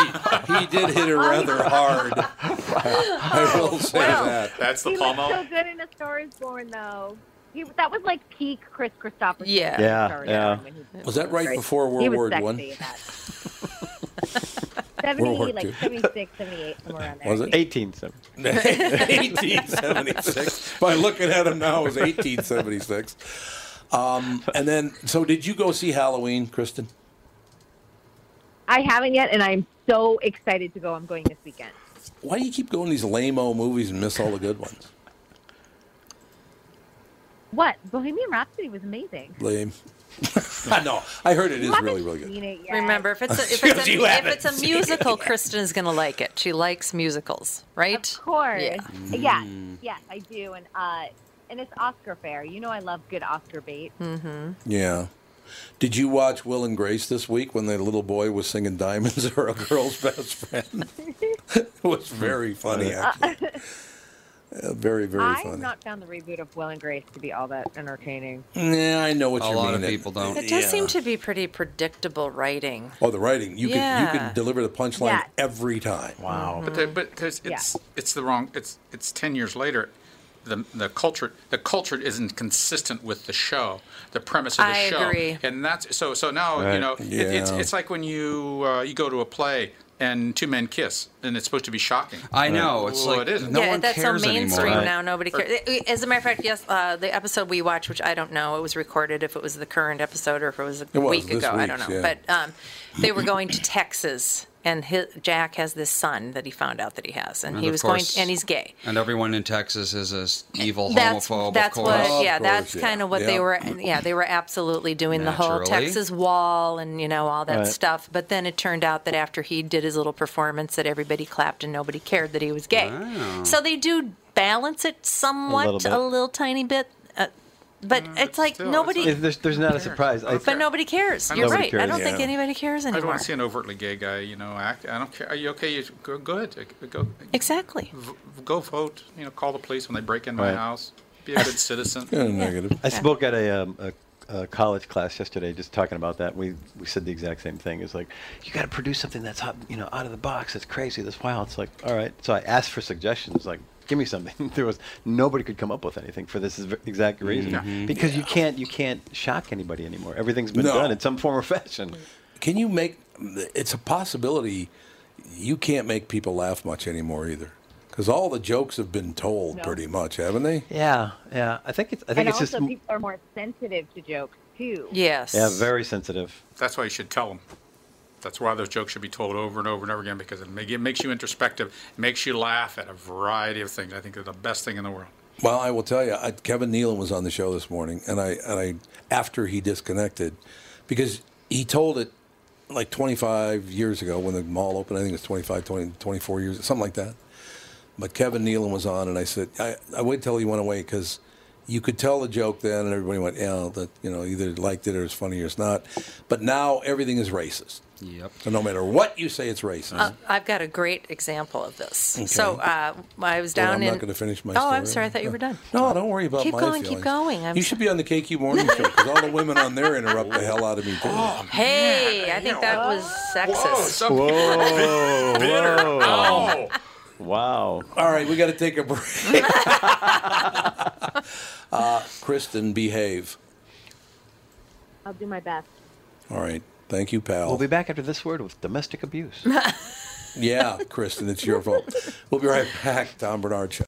[SPEAKER 1] he did hit her rather hard. I will say that.
[SPEAKER 2] That's the
[SPEAKER 7] he
[SPEAKER 2] palm
[SPEAKER 7] was so
[SPEAKER 2] out.
[SPEAKER 7] good in A Star is Born, though. He, that was like peak Chris Christopherson.
[SPEAKER 3] Yeah.
[SPEAKER 8] Yeah,
[SPEAKER 7] Star is
[SPEAKER 8] yeah.
[SPEAKER 7] Born when he-
[SPEAKER 1] Was that right
[SPEAKER 7] Great.
[SPEAKER 1] before World
[SPEAKER 7] he was
[SPEAKER 1] War
[SPEAKER 7] sexy
[SPEAKER 1] One?
[SPEAKER 7] in that.
[SPEAKER 1] World War
[SPEAKER 7] 70,
[SPEAKER 1] Two.
[SPEAKER 7] like 76, 78, somewhere around there.
[SPEAKER 1] Was it? 1876. By looking at him now, it was 1876. Um, and then, so did you go see Halloween, Kristen?
[SPEAKER 7] I haven't yet, and I'm so excited to go. I'm going this weekend.
[SPEAKER 1] Why do you keep going to these lame-o movies and miss all the good ones?
[SPEAKER 7] What? Bohemian Rhapsody was amazing.
[SPEAKER 1] Lame. I know. I heard it is
[SPEAKER 7] Haven't
[SPEAKER 1] really, really good.
[SPEAKER 7] seen it yet.
[SPEAKER 3] remember, if it's a, if it's a,
[SPEAKER 1] You
[SPEAKER 3] if
[SPEAKER 1] haven't
[SPEAKER 3] it's a
[SPEAKER 1] seen
[SPEAKER 3] musical, Kristen is going to like it. She likes musicals, right?
[SPEAKER 7] Of course.
[SPEAKER 3] Yeah.
[SPEAKER 7] Yes, yes, I do. And uh, and it's Oscar fair. You know I love good Oscar bait.
[SPEAKER 1] Hmm.
[SPEAKER 3] Mm-hmm.
[SPEAKER 1] Yeah. Did you watch Will and Grace this week when the little boy was singing "Diamonds Are a Girl's Best Friend"? it was very funny, actually. Uh, very, very
[SPEAKER 7] Uh, I have
[SPEAKER 1] funny.
[SPEAKER 7] not found the reboot of Will and Grace to be all that entertaining.
[SPEAKER 1] Yeah, I know what
[SPEAKER 4] A
[SPEAKER 1] you mean.
[SPEAKER 4] lot of people don't.
[SPEAKER 3] It does
[SPEAKER 1] Oh, yeah.
[SPEAKER 3] seem to be pretty predictable writing.
[SPEAKER 1] Oh, the writing. You can you
[SPEAKER 3] Yeah.
[SPEAKER 1] can deliver the punchline
[SPEAKER 3] Yeah. Mm-hmm.
[SPEAKER 1] every time. Wow.
[SPEAKER 2] But the, but 'cause it's it's the wrong. It's it's ten years later. The, the culture the culture isn't consistent with the show the premise of the
[SPEAKER 3] I
[SPEAKER 2] show
[SPEAKER 3] agree.
[SPEAKER 2] and that's so so now
[SPEAKER 1] Right.
[SPEAKER 2] you know it, it's
[SPEAKER 1] Yeah.
[SPEAKER 2] it's like when you uh, you go to a play and two men kiss and it's supposed to be shocking
[SPEAKER 4] I know. It's
[SPEAKER 2] Well,
[SPEAKER 4] like
[SPEAKER 2] it isn't.
[SPEAKER 4] no
[SPEAKER 3] yeah,
[SPEAKER 4] one
[SPEAKER 3] that's
[SPEAKER 4] cares
[SPEAKER 3] so mainstream
[SPEAKER 4] anymore.
[SPEAKER 3] now. Nobody cares. As a matter of fact, yes, uh, the episode we watched, which I don't know, it was recorded if it was the current episode or if it was a
[SPEAKER 1] It was
[SPEAKER 3] week
[SPEAKER 1] this
[SPEAKER 3] ago. I
[SPEAKER 1] week's,
[SPEAKER 3] don't know.
[SPEAKER 1] yeah.
[SPEAKER 3] But um, they were going to Texas, and his, Jack has this son that he found out that he has, and,
[SPEAKER 4] And
[SPEAKER 3] he
[SPEAKER 4] of
[SPEAKER 3] was
[SPEAKER 4] course-
[SPEAKER 3] going, and he's gay.
[SPEAKER 4] And everyone in Texas is an evil
[SPEAKER 3] That's
[SPEAKER 4] homophobe.
[SPEAKER 3] that's
[SPEAKER 4] of course.
[SPEAKER 3] what yeah that's kind of what they
[SPEAKER 4] Yeah.
[SPEAKER 3] were yeah they were absolutely doing the whole
[SPEAKER 4] Naturally.
[SPEAKER 3] Texas wall and you know all that
[SPEAKER 4] Right.
[SPEAKER 3] stuff but then it turned out that after he did his little performance that everybody clapped and nobody cared that he was gay
[SPEAKER 4] Wow.
[SPEAKER 3] so they do balance it somewhat a
[SPEAKER 8] little
[SPEAKER 3] little,
[SPEAKER 8] bit.
[SPEAKER 3] tiny bit uh, but it's like
[SPEAKER 2] still, it's
[SPEAKER 3] nobody
[SPEAKER 8] If there's, there's not a surprise. I,
[SPEAKER 3] but nobody cares
[SPEAKER 2] I
[SPEAKER 3] you're
[SPEAKER 2] don't
[SPEAKER 3] right I
[SPEAKER 2] care.
[SPEAKER 3] don't think
[SPEAKER 2] Yeah.
[SPEAKER 3] anybody cares
[SPEAKER 2] I don't
[SPEAKER 3] anymore
[SPEAKER 2] want to see an overtly gay guy you know act I don't care are you okay you go good go
[SPEAKER 3] exactly
[SPEAKER 2] Mm. go vote you know call the police when they break in my
[SPEAKER 8] Right.
[SPEAKER 2] house be a good citizen
[SPEAKER 1] Kind of negative.
[SPEAKER 8] I spoke at a, um, a, a college class yesterday, just talking about that. We we said the exact same thing. It's like you got to produce something that's out, you know out of the box. That's crazy. That's wild. It's like all right. So I asked for suggestions. Like give me something. there was nobody could come up with anything for this ex- exact reason
[SPEAKER 1] Mhm.
[SPEAKER 8] because you can't you can't shock anybody anymore. Everything's been
[SPEAKER 1] No.
[SPEAKER 8] done in some form or fashion.
[SPEAKER 1] Can you make? It's a possibility. You can't make people laugh much anymore either, because all the jokes have been told pretty much, haven't they?
[SPEAKER 8] Yeah, yeah. I think it's I think
[SPEAKER 7] and
[SPEAKER 8] it's
[SPEAKER 7] also
[SPEAKER 8] just m-
[SPEAKER 7] people are more sensitive to jokes too.
[SPEAKER 3] yes
[SPEAKER 8] yeah very sensitive.
[SPEAKER 2] That's why you should tell them. That's why those jokes should be told over and over and over again because it ma- it makes you introspective, makes you laugh at a variety of things. I think they're the best thing in the world.
[SPEAKER 1] Well, I will tell you, I, Kevin Nealon was on the show this morning, and I and I after he disconnected, because he told it like 25 years ago when the mall opened. I think it was 25, 20, 24 years, something like that. But Kevin Nealon was on, and I said, I, I wait till he went away because you could tell the joke then, and everybody went, yeah, that you know either liked it or it's funny or it's not. But now everything is racist.
[SPEAKER 4] Yep.
[SPEAKER 1] So no matter what you say, it's racist.
[SPEAKER 3] Uh, I've got a great example of this.
[SPEAKER 1] Okay.
[SPEAKER 3] So uh, I was
[SPEAKER 1] Well,
[SPEAKER 3] down
[SPEAKER 1] I'm
[SPEAKER 3] in.
[SPEAKER 1] not going to finish my
[SPEAKER 3] oh,
[SPEAKER 1] story.
[SPEAKER 3] I'm sorry. I thought you were done.
[SPEAKER 1] No, don't worry about
[SPEAKER 3] Keep
[SPEAKER 1] my
[SPEAKER 3] going, keep
[SPEAKER 1] feelings.
[SPEAKER 3] going. I'm
[SPEAKER 1] you should be on the KQ morning show because all the women on there interrupt the hell out of me too.
[SPEAKER 3] Oh, Hey, I think that was sexist.
[SPEAKER 1] Whoa!
[SPEAKER 3] Whoa.
[SPEAKER 8] Oh.
[SPEAKER 3] Ow.
[SPEAKER 1] Wow. All right, we got to take a break. uh, Kristen, behave.
[SPEAKER 7] I'll do my best.
[SPEAKER 1] All right. Thank you, pal.
[SPEAKER 8] We'll be back after this word with domestic abuse.
[SPEAKER 1] yeah, Kristen, it's your fault. We'll be right back. Tom Bernard Show.